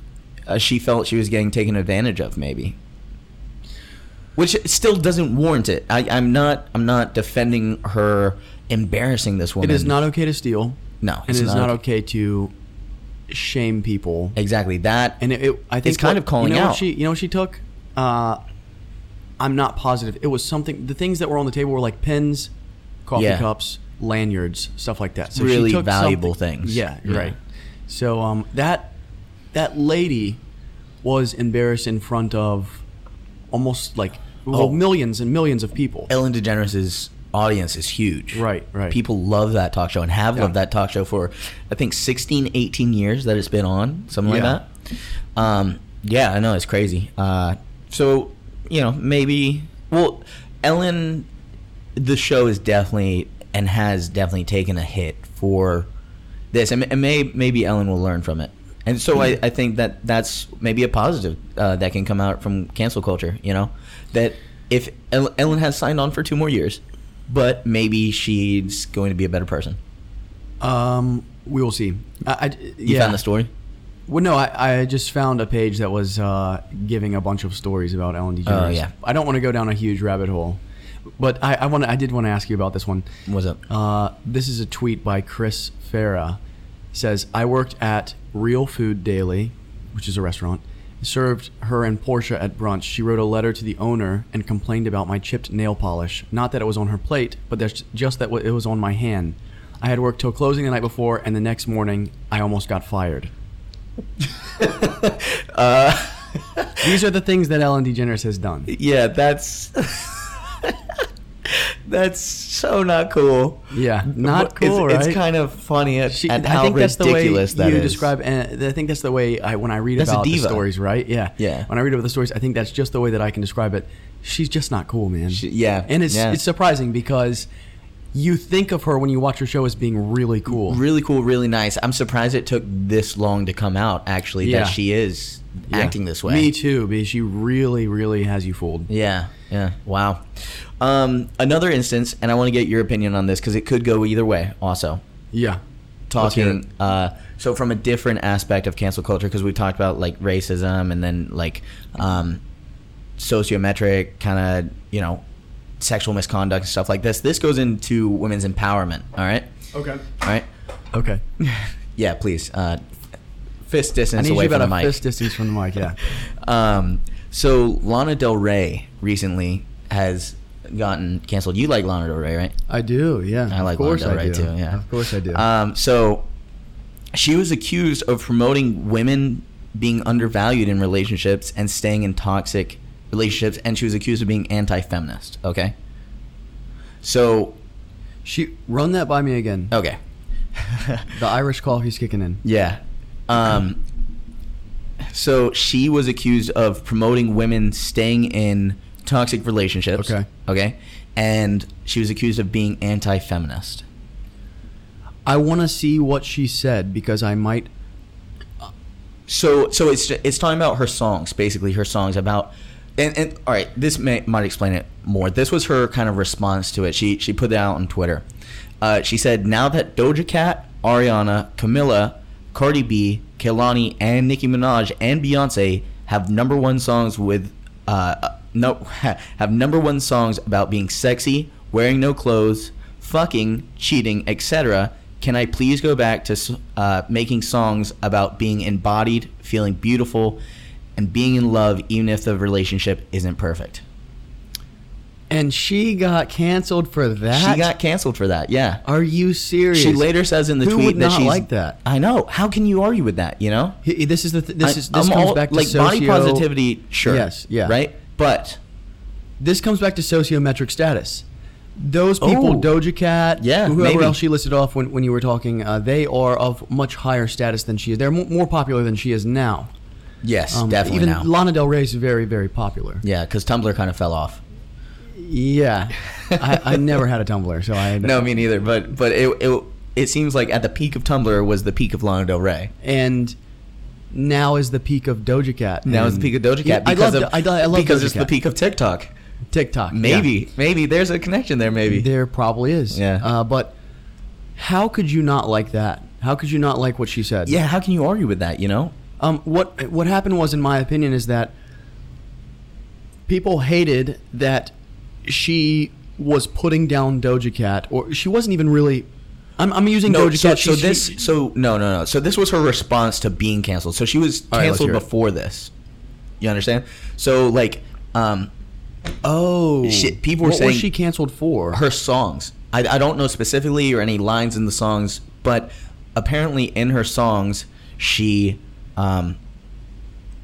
S1: uh, she felt she was getting taken advantage of. Maybe, which still doesn't warrant it. I, I'm not I'm not defending her embarrassing this woman.
S2: It is not okay to steal.
S1: No,
S2: and it is not okay to shame people.
S1: Exactly that.
S2: And it, it- I think
S1: It's kind
S2: what-
S1: of calling
S2: you know what
S1: out.
S2: She, you know, what she took. Uh, I'm not positive. It was something. The things that were on the table were like pins, coffee
S1: Yeah.
S2: cups, lanyards, stuff like that. So
S1: Really
S2: she took
S1: valuable
S2: something-
S1: things.
S2: Yeah, you're
S1: Yeah.
S2: right. So um, that that lady was embarrassed in front of almost like well,
S1: Oh.
S2: millions and millions of people.
S1: Ellen DeGeneres' audience is huge.
S2: Right, right.
S1: People love that talk show and have
S2: Yeah.
S1: loved that talk show for, I think, 16, 18 years that it's been on, something
S2: Yeah.
S1: like that. Um, yeah, I know, it's crazy. Uh, so, you know, maybe, well, Ellen, the show is definitely and has definitely taken a hit for this. And, and may, maybe Ellen will learn from it. And so I, I think that that's maybe a positive uh, that can come out from cancel culture, you know? That if El- Ellen has signed on for two more years, but maybe she's going to be a better person.
S2: Um, we will see. I, I-
S1: You
S2: yeah.
S1: found the story?
S2: Well, no, I, I just found a page that was uh, giving a bunch of stories about Ellen
S1: Oh,
S2: DeGeneres.
S1: yeah.
S2: I don't want to go down a huge rabbit hole, but I, I want I did want to ask you about this one.
S1: What's up?
S2: Uh, this is a tweet by Chris Farah. It says I worked at Real Food Daily, which is a restaurant. Served her and Portia at brunch. She wrote a letter to the owner and complained about my chipped nail polish. Not that it was on her plate, but that's just that it was on my hand. I had worked till closing the night before, and the next morning I almost got fired.
S1: Uh,
S2: These are the things that Ellen DeGeneres has done.
S1: Yeah, that's. that's so not cool.
S2: Yeah, not
S1: It's-
S2: cool,
S1: it's,
S2: right?
S1: kind of funny at,
S2: She,
S1: at
S2: I
S1: how
S2: think that's the way
S1: ridiculous that
S2: you
S1: is.
S2: describe. And I think that's the way I when I read
S1: That's a
S2: about the
S1: diva.
S2: stories, right? Yeah,
S1: Yeah.
S2: When I read about the stories, I think that's just the way that I can describe it. She's just not cool, man.
S1: She- yeah,
S2: and it's
S1: yeah.
S2: it's surprising because you think of her when you watch her show as being really cool.
S1: really cool, really nice. I'm surprised it took this long to come out. Actually,
S2: Yeah.
S1: that she is
S2: Yeah.
S1: acting this way.
S2: Me too, because she really, really has you fooled.
S1: Yeah, yeah. Wow. Um, another instance, and I want to get your opinion on this because it could go either way. Also,
S2: Yeah, Let's hear it.
S1: talking uh, so from a different aspect of cancel culture because we talked about like racism and then like um, sociometric kind of you know sexual misconduct and stuff like this. This goes into women's empowerment. All right.
S2: Okay.
S1: All right.
S2: Okay.
S1: Yeah, please. Uh, fist
S2: I
S1: distance
S2: need you
S1: away
S2: about
S1: from the
S2: a
S1: mic.
S2: fist distance from the mic. Yeah.
S1: Um, so Lana Del Rey recently has gotten canceled. You like Lana Del Rey, right?
S2: I do. Yeah.
S1: I like
S2: of course
S1: Lana Del
S2: I
S1: Rey
S2: do.
S1: too. Yeah,
S2: Of course I do.
S1: Um, so she was accused of promoting women being undervalued in relationships and staying in toxic relationships, and she was accused of being anti-feminist. Okay. So
S2: she run that by me again.
S1: okay.
S2: The Irish coffee's kicking in.
S1: Yeah. Um, so she was accused of promoting women staying in toxic relationships.
S2: Okay.
S1: Okay. And she was accused of being anti feminist.
S2: I want to see what she said because I might.
S1: So, so it's it's talking about her songs, basically her songs about, and, and all right, this may, might explain it more. This was her kind of response to it. She she put that out on Twitter. Uh, she said, "Now that Doja Cat, Ariana, Camila, Cardi B, Kehlani, and Nicki Minaj and Beyonce have number one songs with, uh, no, have number one songs about being sexy, wearing no clothes, fucking, cheating, etc." Can I please go back to s- uh, making songs about being embodied, feeling beautiful, and being in love, even if the relationship isn't perfect?
S2: And she got canceled for that.
S1: she got canceled for that. Yeah.
S2: Are you serious?
S1: She later says in the
S2: Who
S1: tweet
S2: would
S1: that
S2: not
S1: she's
S2: like that?
S1: I know. How can you argue with that? You know.
S2: He- he- this is the. Th- this
S1: I-
S2: is this
S1: I'm
S2: comes
S1: all-
S2: back to
S1: like body
S2: socio-
S1: positivity. Sure.
S2: Yes, yeah.
S1: Right. But
S2: This comes back to sociometric status. Those people,
S1: Oh.
S2: Doja Cat,
S1: Yeah,
S2: whoever
S1: maybe.
S2: else she listed off when, when you were talking, uh, they are of much higher status than she is. They're mo- more popular than she is now.
S1: yes,
S2: Um,
S1: definitely
S2: Even
S1: now.
S2: Lana Del Rey is very, very popular.
S1: yeah, because Tumblr kind of fell off.
S2: Yeah, I, I never had a Tumblr, so I
S1: No, me neither. But but it it it seems like at the peak of Tumblr was the peak of Lana Del Rey.
S2: And now is the peak of Doja Cat.
S1: Now it's
S2: and-
S1: the peak of Doja
S2: Mm. Yeah,
S1: Cat
S2: I
S1: because
S2: love,
S1: of
S2: Do- I, do- I love
S1: because
S2: Doja
S1: it's
S2: Cat.
S1: the peak of TikTok.
S2: TikTok. yeah.
S1: Maybe maybe there's a connection there. Maybe
S2: there probably is.
S1: Yeah.
S2: Uh, but how could you not like that? How could you not like what she said?
S1: yeah. How can you argue with that? You know.
S2: Um, what what happened was, in my opinion, is that people hated that she was putting down Doja Cat, or she wasn't even really. I'm, I'm using
S1: No,
S2: Doja
S1: so,
S2: Cat.
S1: so
S2: she- she-
S1: this, so no, no, no. So this was her response to being canceled. So she was
S2: All right, let's
S1: canceled
S2: hear it.
S1: before this. You understand? So like, um,
S2: oh,
S1: Shit, people were
S2: what
S1: saying-
S2: was she canceled for?
S1: her songs. I, I don't know specifically or any lines in the songs, but apparently in her songs, she, um,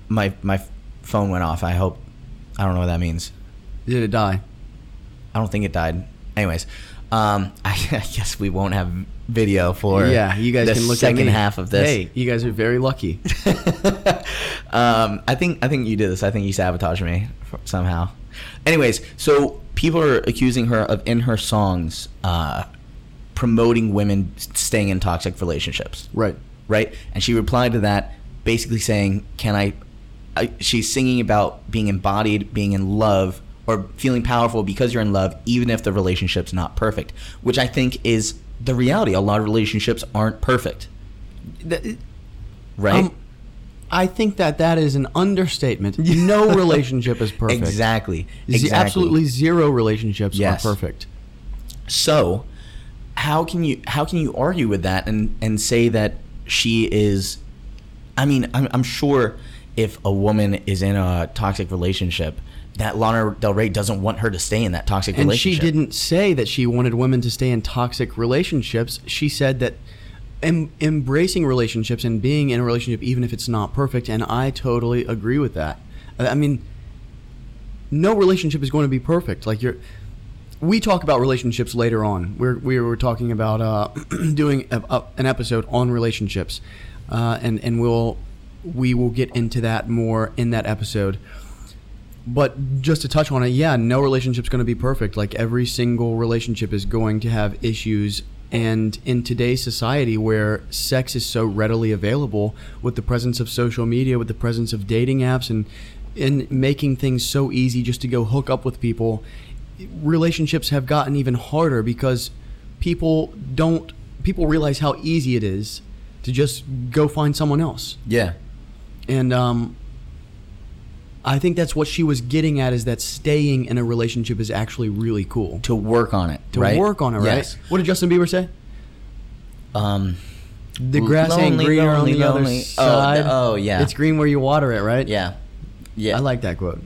S1: my my phone went off. I hope. I don't know what that means.
S2: Did it die?
S1: I don't think it died. Anyways, um, I, guess we won't have video for
S2: yeah, you guys
S1: the
S2: can look at
S1: second
S2: me.
S1: half of this.
S2: Hey, you guys are very lucky.
S1: um, I think I think you did this. I think you sabotaged me f- somehow. Anyways, so people are accusing her of in her songs uh, promoting women s- staying in toxic relationships,
S2: right.
S1: right? And she replied to that basically saying, "Can I?" I she's singing about being embodied, being in love, or feeling powerful because you're in love, even if the relationship's not perfect. Which I think is the reality. A lot of relationships aren't perfect,
S2: Th-
S1: right?
S2: Um, I think that that is an understatement. No relationship is perfect.
S1: Exactly.
S2: Z-
S1: Exactly.
S2: Absolutely zero relationships
S1: Yes.
S2: are perfect.
S1: So, how can you how can you argue with that and and say that she is? I mean, I'm, I'm sure if a woman is in a toxic relationship, that Lana Del Rey doesn't want her to stay in that toxic
S2: And she
S1: relationship.
S2: didn't say that she wanted women to stay in toxic relationships. She said that em- embracing relationships and being in a relationship, even if it's not perfect, and I totally agree with that. I I mean, no relationship is going to be perfect. Like you're, we talk about relationships later on. We're, we were talking about uh, doing a, a, an episode on relationships, uh, and and we'll we will get into that more in that episode. But just to touch on it, yeah, no relationship's going to be perfect. Like every single relationship is going to have issues. And in today's society where sex is so readily available with the presence of social media, with the presence of dating apps and and making things so easy just to go hook up with people, relationships have gotten even harder because people don't people realize how easy it is to just go find someone else
S1: Yeah.
S2: and um, I think that's what she was getting at is that staying in a relationship is actually really cool.
S1: to work on it.
S2: To
S1: right?
S2: work on it, right?
S1: Yes.
S2: What did Justin Bieber say?
S1: Um,
S2: The grass ain't
S1: Lonely,
S2: greener
S1: lonely,
S2: on the
S1: lonely.
S2: other
S1: Oh,
S2: side.
S1: the- oh, yeah.
S2: It's green where you water it, right?
S1: yeah, yeah.
S2: I like that quote.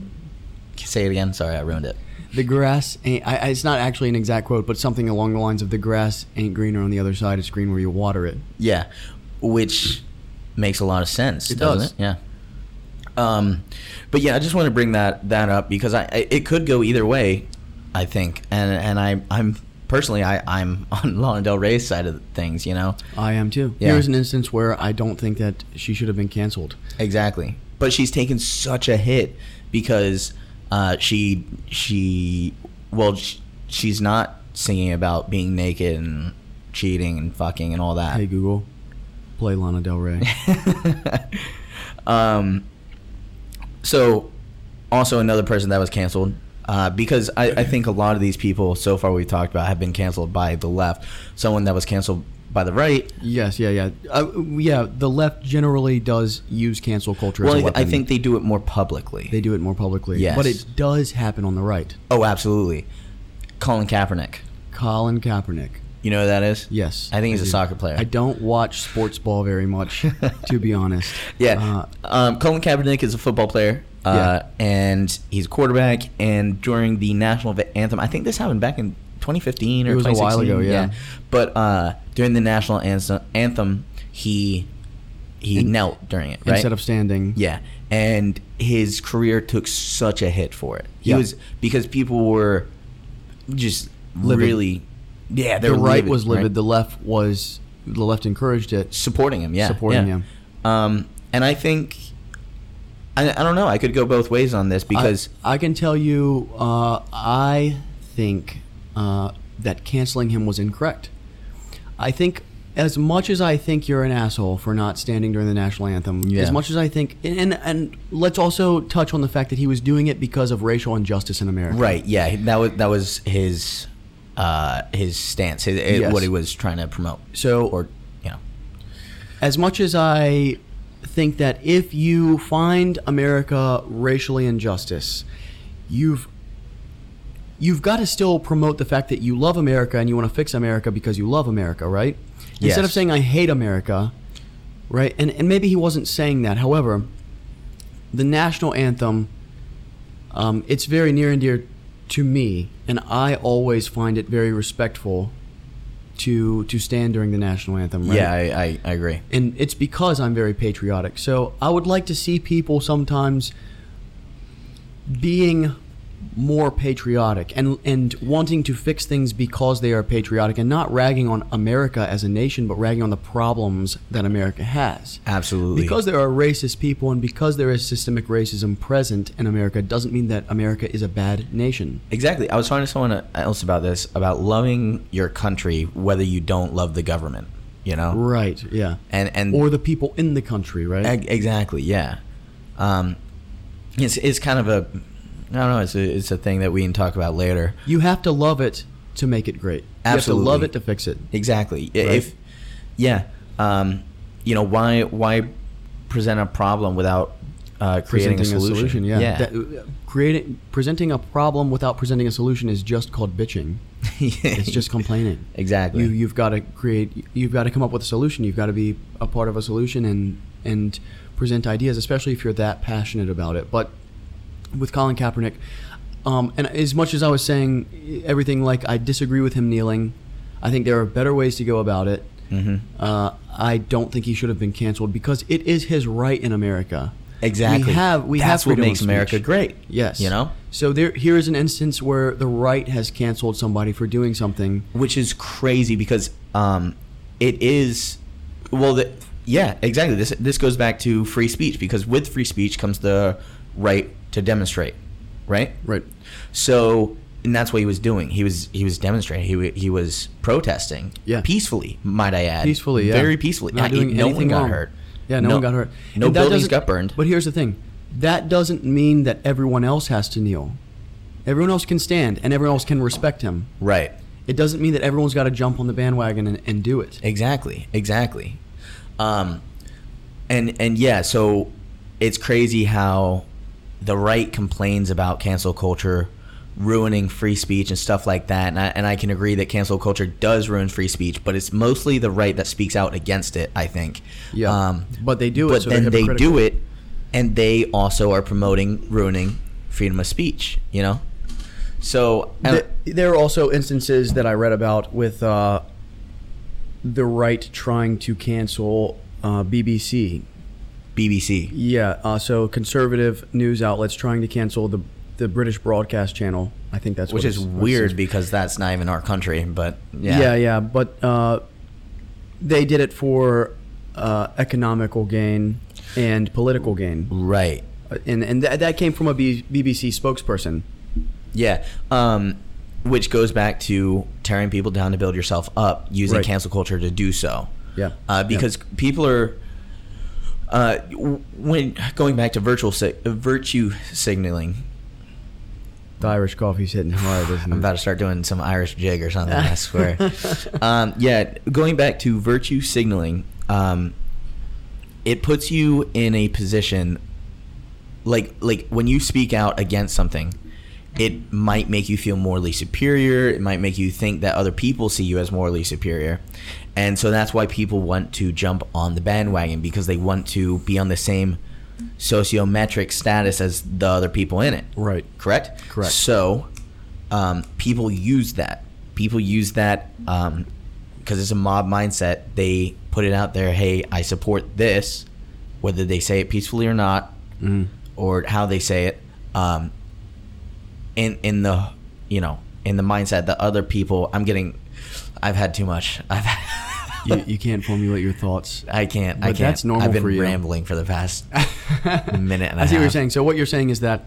S1: Say it again. Sorry, I ruined it.
S2: The grass ain't. I, I- it's not actually an exact quote, but something along the lines of the grass ain't greener on the other side. It's green where you water it.
S1: Yeah, which makes a lot of sense.
S2: It
S1: doesn't
S2: does.
S1: It? Yeah. Um, but yeah, I just want to bring that that up because I, I it could go either way, I think, and and I I'm personally I I'm on Lana Del Rey's side of things, you know.
S2: I am too.
S1: Yeah.
S2: Here's an instance where I don't think that she should have been canceled.
S1: Exactly. But she's taken such a hit because uh, she she well sh she's not singing about being naked and cheating and fucking and all that.
S2: Hey Google, play Lana Del Rey.
S1: Um, so, also another person that was canceled uh, because I, I think a lot of these people so far we've talked about have been canceled by the left. Someone that was canceled by the right.
S2: yes, yeah, yeah, uh, yeah. The left generally does use cancel culture. as a
S1: Well, I, I
S2: weapon.
S1: think they do it more publicly.
S2: they do it more publicly.
S1: Yes.
S2: but it does happen on the right.
S1: oh, absolutely. Colin Kaepernick.
S2: Colin Kaepernick.
S1: You know who that is?
S2: Yes,
S1: I think he's a
S2: do.
S1: soccer player.
S2: I don't watch sports ball very much, to be honest.
S1: Yeah.
S2: Uh,
S1: um, Colin Kaepernick is a football player. Uh, And he's a quarterback. And during the national va- anthem, I think this happened back in 2015 or
S2: It was a while
S1: 2016,
S2: ago, yeah.
S1: But uh, during the national anthem, anthem he he
S2: In-
S1: knelt during it, right?
S2: Instead of standing.
S1: yeah. And his career took such a hit for it. He
S2: Yeah.
S1: was because people were just
S2: Livid.
S1: really, yeah. They
S2: the
S1: were
S2: right
S1: livid,
S2: was livid.
S1: right?
S2: The left was the left encouraged it.
S1: supporting him, yeah,
S2: Supporting
S1: yeah.
S2: him.
S1: Um, and I think I, I don't know. I could go both ways on this because
S2: I, I can tell you, uh, I think uh, that canceling him was incorrect. I think as much as I think you're an asshole for not standing during the national anthem,
S1: Yeah.
S2: as much as I think, and, and and let's also touch on the fact that he was doing it because of racial injustice in America.
S1: right, yeah, that was that was his uh, his stance, his, eh,
S2: Yes.
S1: what he was trying to promote.
S2: So
S1: or you know,
S2: as much as I think that if you find America racially injustice, you've you've got to still promote the fact that you love America and you want to fix America because you love America, right? Instead of
S1: Yes.
S2: saying I hate America, right? And and maybe he wasn't saying that. However, the national anthem um, it's very near and dear to me, and I always find it very respectful to to stand during the national anthem. Right?
S1: yeah, I, I, I agree.
S2: and it's because I'm very patriotic. So I would like to see people sometimes being more patriotic and and wanting to fix things because they are patriotic and not ragging on America as a nation, but ragging on the problems that America has.
S1: Absolutely,
S2: Because there are racist people and because there is systemic racism present in America doesn't mean that America is a bad nation.
S1: exactly. I was talking to someone else about this about loving your country, whether you don't love the government, you know,
S2: Right, yeah.
S1: and and
S2: Or the people in the country, right?
S1: Eg- Exactly. Yeah. Um, it's it's kind of a I don't know. It's a it's a thing that we can talk about later.
S2: you have to love it to make it great. You
S1: Absolutely.
S2: have to love it to fix it.
S1: Exactly. I-
S2: Right.
S1: If yeah, um, you know why why present a problem without uh, creating a solution?
S2: yeah. That- uh, creating presenting a problem without presenting a solution is just called bitching. It's just complaining.
S1: exactly.
S2: You you've got to create. You've got to come up with a solution. You've got to be a part of a solution and and present ideas, especially if you're that passionate about it. But with Colin Kaepernick, um, and as much as I was saying everything, like I disagree with him kneeling. I think there are better ways to go about it.
S1: hmm
S2: Uh, I don't think he should have been canceled because it is his right in America.
S1: Exactly.
S2: We have we
S1: That's
S2: have
S1: what
S2: freedom of
S1: makes America
S2: speech.
S1: great.
S2: Yes.
S1: You know,
S2: So there here is an instance where the right has canceled somebody for doing something.
S1: which is crazy because um, it is well the, yeah exactly this this goes back to free speech because with free speech comes the right to demonstrate right
S2: Right.
S1: so and that's what he was doing he was he was demonstrating he, wa- he was protesting
S2: Yeah.
S1: peacefully might I add
S2: Peacefully, yeah.
S1: very peacefully
S2: Not
S1: Uh, he-
S2: doing
S1: no one
S2: anything
S1: got
S2: wrong.
S1: hurt
S2: Yeah, no, one got hurt.
S1: no
S2: And that
S1: buildings
S2: doesn't-
S1: got burned
S2: But here's the thing. That doesn't mean that everyone else has to kneel. Everyone else can stand and everyone else can respect him.
S1: right
S2: It doesn't mean that everyone's got to jump on the bandwagon and, and do it.
S1: Exactly, exactly. Um, and and yeah, so it's crazy how the right complains about cancel culture ruining free speech and stuff like that. And I, and I can agree that cancel culture does ruin free speech, but it's mostly the right that speaks out against it, I think.
S2: Yeah. Um, But they do it,
S1: Um, But
S2: so they're
S1: then they do
S2: hypocritical.
S1: it, and they also are promoting ruining freedom of speech, you know? So, and-
S2: Th- there are also instances that I read about with uh, the right trying to cancel uh, BBC.
S1: BBC.
S2: Yeah, uh, so conservative news outlets trying to cancel the the British broadcast channel. I think that's
S1: Which
S2: what
S1: is
S2: it's- what it
S1: weird
S2: says.
S1: because that's not even our country, but yeah.
S2: Yeah, yeah, but uh, they did it for uh, economical gain and political gain,
S1: Right.
S2: Uh, and and that that came from a B- BBC spokesperson.
S1: Yeah. Um, which goes back to tearing people down to build yourself up using
S2: Right.
S1: cancel culture to do so.
S2: Yeah,
S1: uh,
S2: Yeah.
S1: because people are uh, w- when going back to virtual si- virtue signaling.
S2: the Irish coffee's hitting hard. Isn't
S1: I'm
S2: it?
S1: about to start doing some Irish jig or something. I swear. um, yeah, going back to virtue signaling, um, it puts you in a position like like when you speak out against something, it might make you feel morally superior. It might make you think that other people see you as morally superior. And so that's why people want to jump on the bandwagon because they want to be on the same sociometric status as the other people in it.
S2: Right.
S1: Correct?
S2: Correct.
S1: So um, people use that. People use that because it's a mob mindset. They put it out there hey, I support this, whether they say it peacefully or not,
S2: Mm.
S1: or how they say it. Um, in in the you know in the mindset that other people I'm getting I've had too much I've
S2: you, you can't formulate your thoughts.
S1: I can't I
S2: But
S1: can't
S2: that's normal
S1: I've been
S2: for you.
S1: rambling for the past minute and a
S2: I see what you're
S1: half.
S2: saying. So what you're saying is that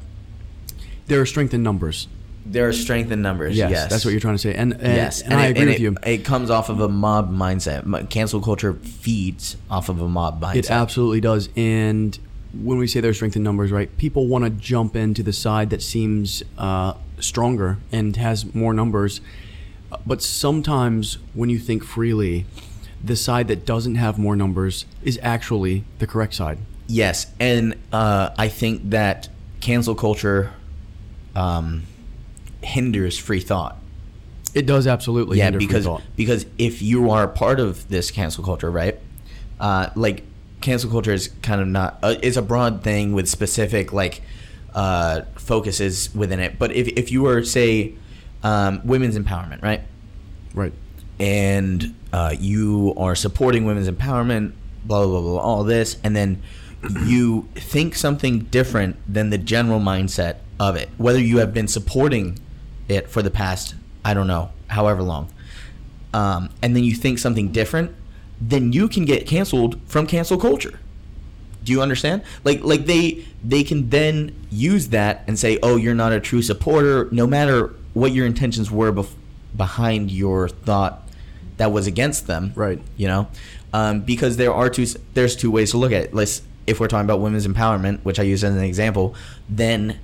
S2: there are strength in numbers.
S1: there are strength in numbers yes,
S2: Yes, that's what you're trying to say. And, and,
S1: yes
S2: and, I
S1: it-
S2: agree with
S1: it,
S2: you.
S1: it comes off of a mob mindset Mo- cancel culture feeds off of a mob mindset
S2: It absolutely does. And when we say there's strength in numbers, right? People want to jump into the side that seems uh, stronger and has more numbers. But sometimes when you think freely, the side that doesn't have more numbers is actually the correct side.
S1: Yes, and uh, I think that cancel culture um, hinders free thought.
S2: It does absolutely.
S1: Yeah,
S2: hinder free
S1: because
S2: thought.
S1: because if you are a part of this cancel culture, right? Uh, like cancel culture is kind of not uh, it's a broad thing with specific like uh, focuses within it. But if if you were say um, women's empowerment, right?
S2: right.
S1: and uh, you are supporting women's empowerment, blah, blah, blah, blah, all this, and then you think something different than the general mindset of it, whether you have been supporting it for the past, I don't know, however long, um, and then you think something different, then you can get canceled from cancel culture. Do you understand? Like like they they can then use that and say, "Oh, you're not a true supporter no matter what your intentions were bef- behind your thought that was against them."
S2: Right.
S1: You know? Um, because there are two s- there's two ways to look at it. Let's if we're talking about women's empowerment, which I use as an example, then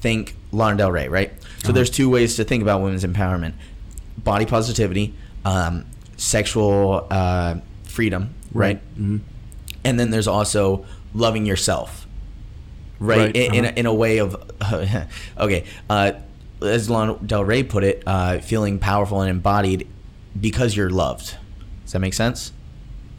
S1: think Lana Del Rey, right? So there's two ways to think about women's empowerment. Body positivity, um, sexual uh, freedom, right?
S2: Mhm.
S1: and then there's also loving yourself right,
S2: Right,
S1: in, in, a,
S2: uh-huh.
S1: in a way of okay uh, as lana del rey put it uh, feeling powerful and embodied because you're loved does that make sense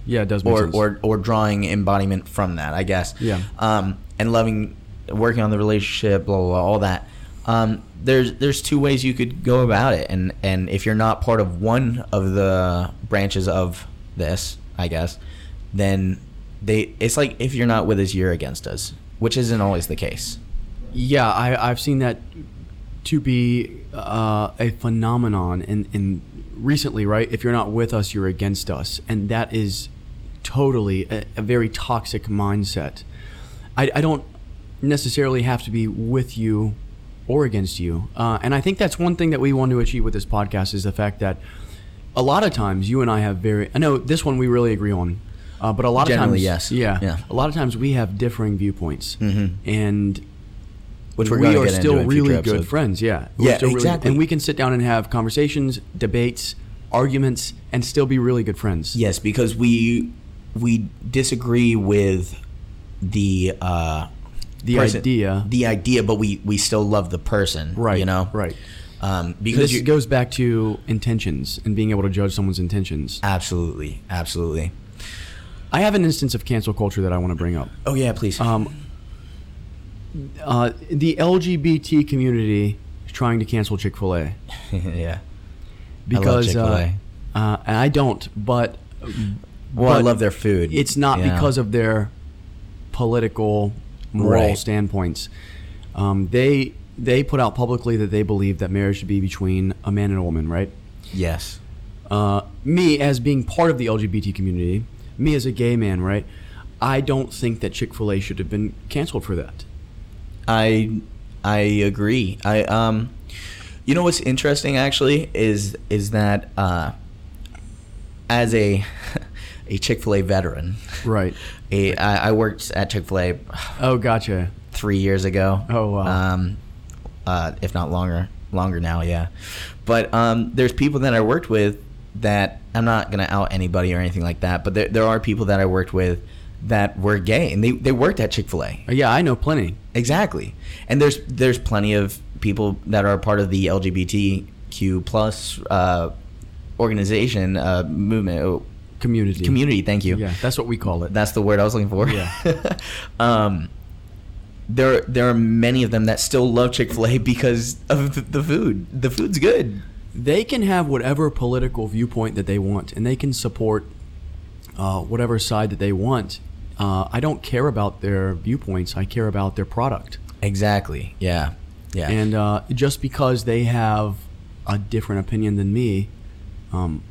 S2: Yeah, it does make
S1: or,
S2: sense.
S1: or or drawing embodiment from that i guess
S2: Yeah.
S1: um, and loving working on the relationship blah blah, blah all that um, there's there's two ways you could go about it and and if you're not part of one of the branches of this i guess then they it's like if you're not with us you're against us which isn't always the case
S2: Yeah, I, I've seen that to be uh, a phenomenon in, in recently, right? If you're not with us, you're against us. And that is totally a, a very toxic mindset. I, I don't necessarily have to be with you or against you. Uh, and I think that's one thing that we want to achieve with this podcast is the fact that a lot of times you and I have very, I know this one we really agree on. Uh, but a lot
S1: Generally,
S2: of
S1: yes.
S2: times, yeah,
S1: Yeah. Mm-hmm.
S2: a lot of times we have differing viewpoints, and
S1: which we're
S2: we
S1: gonna
S2: are
S1: get into
S2: still
S1: in future
S2: really good
S1: episodes.
S2: friends. Yeah, We're
S1: Yeah,
S2: still really-
S1: exactly.
S2: and we can sit down and have conversations, debates, arguments, and still be really good friends.
S1: Yes, because we we disagree with the uh,
S2: The
S1: person-
S2: idea.
S1: the idea, but we we still love the person,
S2: right.
S1: You know,
S2: Right.
S1: Um, because
S2: This
S1: you,
S2: goes back to intentions and being able to judge someone's intentions.
S1: absolutely, absolutely.
S2: I have an instance of cancel culture that I want to bring up.
S1: Oh yeah, please.
S2: Um, uh, the LGBT community is trying to cancel Chick Fil A
S1: yeah.
S2: because uh,
S1: Chick-fil-A.
S2: uh, and I don't, but
S1: Well, I
S2: but
S1: love their food.
S2: It's not because of their political moral
S1: Right.
S2: standpoints. Um, they they put out publicly that they believe that marriage should be between a man and a woman, right?
S1: yes.
S2: uh, me as being part of the LGBT community, me as a gay man, right? I don't think that Chick Fil A should have been canceled for that.
S1: I I agree. I um you know what's interesting actually is is that uh as a a Chick-fil-A veteran.
S2: Right.
S1: a- I I worked at Chick-fil-A
S2: Oh, gotcha.
S1: 3 years ago.
S2: Oh, wow.
S1: Um uh if not longer, longer now, yeah. But um there's people that I worked with that I'm not going to out anybody or anything like that, but there there are people that I worked with that were gay and they they worked at Chick-fil-A.
S2: Uh, Yeah, I know plenty.
S1: Exactly, and there's there's plenty of people that are part of the LGBTQ plus uh, organization uh, movement oh,
S2: Community.
S1: community. Thank you.
S2: Yeah, that's what we call it.
S1: That's the word I was looking for.
S2: Yeah.
S1: um, there there are many of them that still love Chick Fil A because of the, the food. The food's good.
S2: they can have whatever political viewpoint that they want, and they can support uh, whatever side that they want. Uh, I don't care about their viewpoints. I care about their product.
S1: Exactly. Yeah. Yeah.
S2: And uh, just because they have a different opinion than me, um,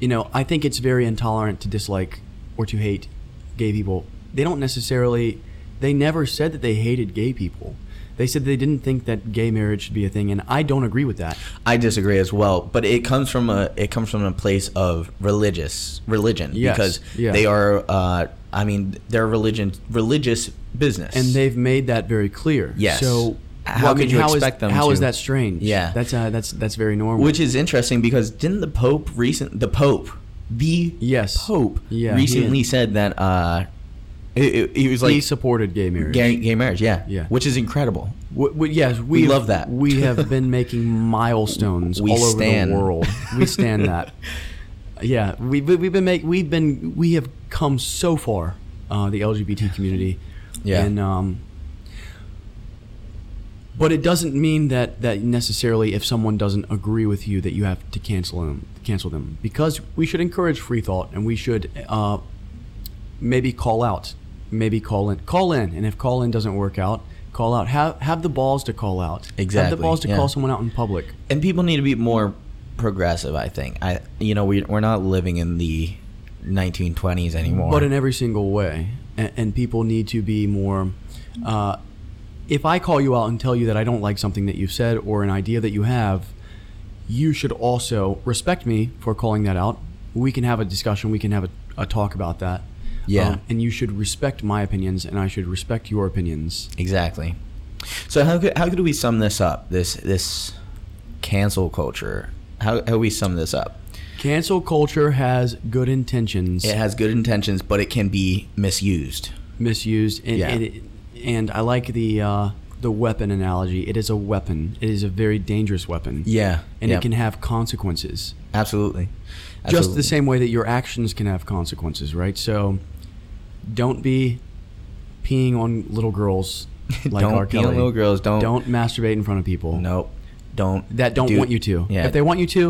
S2: you know, I think it's very intolerant to dislike or to hate gay people. They don't necessarily, they never said that they hated gay people. They said they didn't think that gay marriage should be a thing, and I don't agree with that.
S1: I disagree as well, but it comes from a it comes from a place of religious religion
S2: Yes,
S1: because
S2: yeah.
S1: they are. Uh, I mean, they're religion religious business,
S2: And they've made that very clear.
S1: Yes.
S2: So
S1: How
S2: I mean,
S1: could you
S2: how is-
S1: expect them
S2: How is
S1: to-
S2: that strange?
S1: Yeah.
S2: That's uh, that's that's very normal.
S1: which is interesting because didn't the Pope recent the Pope the
S2: Yes.
S1: Pope
S2: Yeah, he-
S1: recently said that uh, it, it, he was
S2: he
S1: like
S2: supported gay marriage.
S1: gay, gay marriage, yeah,
S2: Yeah.
S1: which is incredible.
S2: W w yes, we
S1: love that.
S2: We have been making milestones
S1: We
S2: all over
S1: stan.
S2: the world. We stand that. Yeah, we we- we've been make we've been we have come so far, uh, the LGBT community.
S1: Yeah.
S2: And um, but it doesn't mean that that necessarily if someone doesn't agree with you that you have to cancel them cancel them because we should encourage free thought and we should uh, maybe call out maybe call in call in and if call in doesn't work out call out have have the balls to call out have
S1: Exactly,
S2: the balls to
S1: yeah.
S2: call someone out in public
S1: and people need to be more progressive. I think I you know we we're not living in the 1920s anymore.
S2: but in every single way and, and people need to be more uh, if i call you out and tell you that i don't like something that you've said or an idea that you have you should also respect me for calling that out we can have a discussion we can have a, a talk about that Um,
S1: Yeah.
S2: and you should respect my opinions and i should respect your opinions
S1: Exactly. So how could how could we sum this up? This this cancel culture. How how we sum this up?
S2: cancel culture has good intentions
S1: It has good intentions, but it can be misused.
S2: misused. And,
S1: Yeah.
S2: and, and I like the uh, the weapon analogy. It is a weapon. It is a very dangerous weapon.
S1: Yeah,
S2: and
S1: yeah.
S2: it can have consequences.
S1: Absolutely.
S2: Just the same way that your actions can have consequences, right? So, don't be peeing on little girls like
S1: Don't
S2: R.
S1: pee on
S2: Kelly.
S1: little girls. Don't-
S2: don't masturbate in front of people.
S1: Nope. Don't
S2: that don't
S1: do-
S2: want you to.
S1: Yeah.
S2: If they want you to,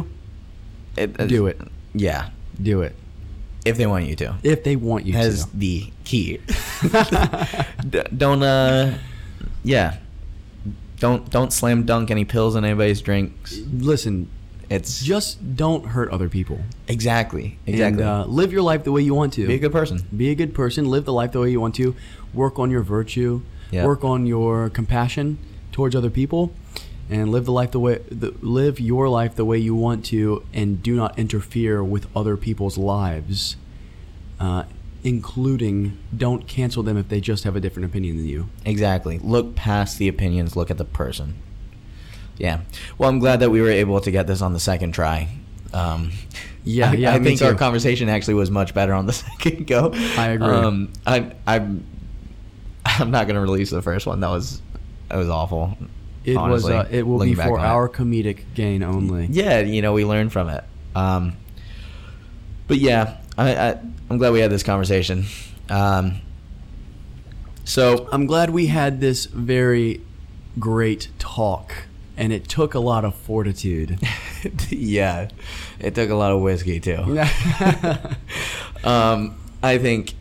S1: it,
S2: do it.
S1: Yeah.
S2: Do it.
S1: If they want you to.
S2: If they want you
S1: Has
S2: to.
S1: the key. D- don't uh. Yeah. Don't don't slam dunk any pills in anybody's drinks.
S2: Listen,
S1: It's
S2: just don't hurt other people.
S1: exactly
S2: And,
S1: exactly.
S2: uh, live your life the way you want to.
S1: be a good person.
S2: be a good person live the life the way you want to work on your virtue
S1: Yeah.
S2: work on your compassion towards other people and live the life the way the, live your life the way you want to and do not interfere with other people's lives uh, including don't cancel them if they just have a different opinion than you
S1: Exactly. Look past the opinions, look at the person. Yeah. Well, I'm glad that we were able to get this on the second try. Um,
S2: Yeah,
S1: I,
S2: yeah,
S1: I
S2: me
S1: think
S2: too.
S1: our conversation actually was much better on the second go.
S2: I agree.
S1: Um, I, I'm. Um, I'm not gonna release the first one. That was that was awful.
S2: It
S1: honestly,
S2: was. Uh, it will be
S1: looking back
S2: for
S1: on it.
S2: our comedic gain only.
S1: Yeah, you know, we learn from it. Um, but yeah, I, I I'm glad we had this conversation. Um, so
S2: I'm glad we had this very great talk, and it took a lot of fortitude.
S1: yeah, it took a lot of whiskey too.
S2: yeah,
S1: Um, I think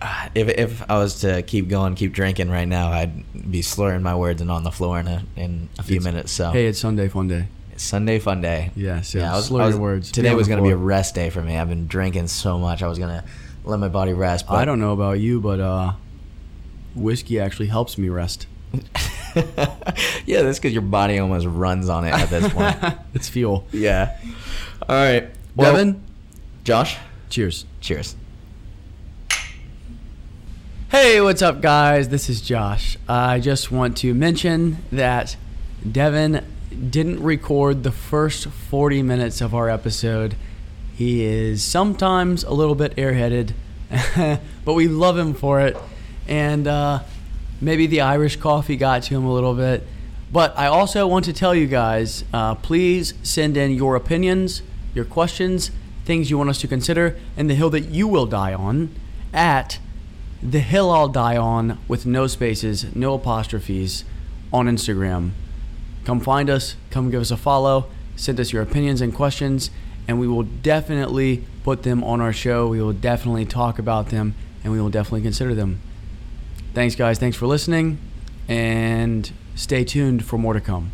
S1: ah, if if I was to keep going, keep drinking right now, I'd be slurring my words and on the floor in a in a few
S2: It's-
S1: minutes. So
S2: Hey, it's Sunday fun day.
S1: Sunday fun day.
S2: Yeah, so
S1: I was,
S2: slur
S1: I was-
S2: your words.
S1: Today
S2: Be on
S1: was
S2: the
S1: going to be a
S2: floor.
S1: rest day for me. I've been drinking so much. I was going to let my body rest. But
S2: I don't know about you, but uh, whiskey actually helps me rest.
S1: yeah, that's because your body almost runs on it at this point.
S2: it's fuel.
S1: yeah. All right. Well,
S2: Devin,
S1: Josh,
S2: cheers.
S1: cheers.
S2: Hey, what's up, guys? This is Josh. I just want to mention that Devin didn't record the first 40 minutes of our episode. He is sometimes a little bit airheaded, but we love him for it. And uh, maybe the Irish coffee got to him a little bit. But I also want to tell you guys uh, please send in your opinions, your questions, things you want us to consider, and the hill that you will die on at the hill I'll die on with no spaces, no apostrophes on Instagram. Come find us, come give us a follow, send us your opinions and questions, and we will definitely put them on our show. We will definitely talk about them and we will definitely consider them. Thanks, guys. Thanks for listening, and stay tuned for more to come.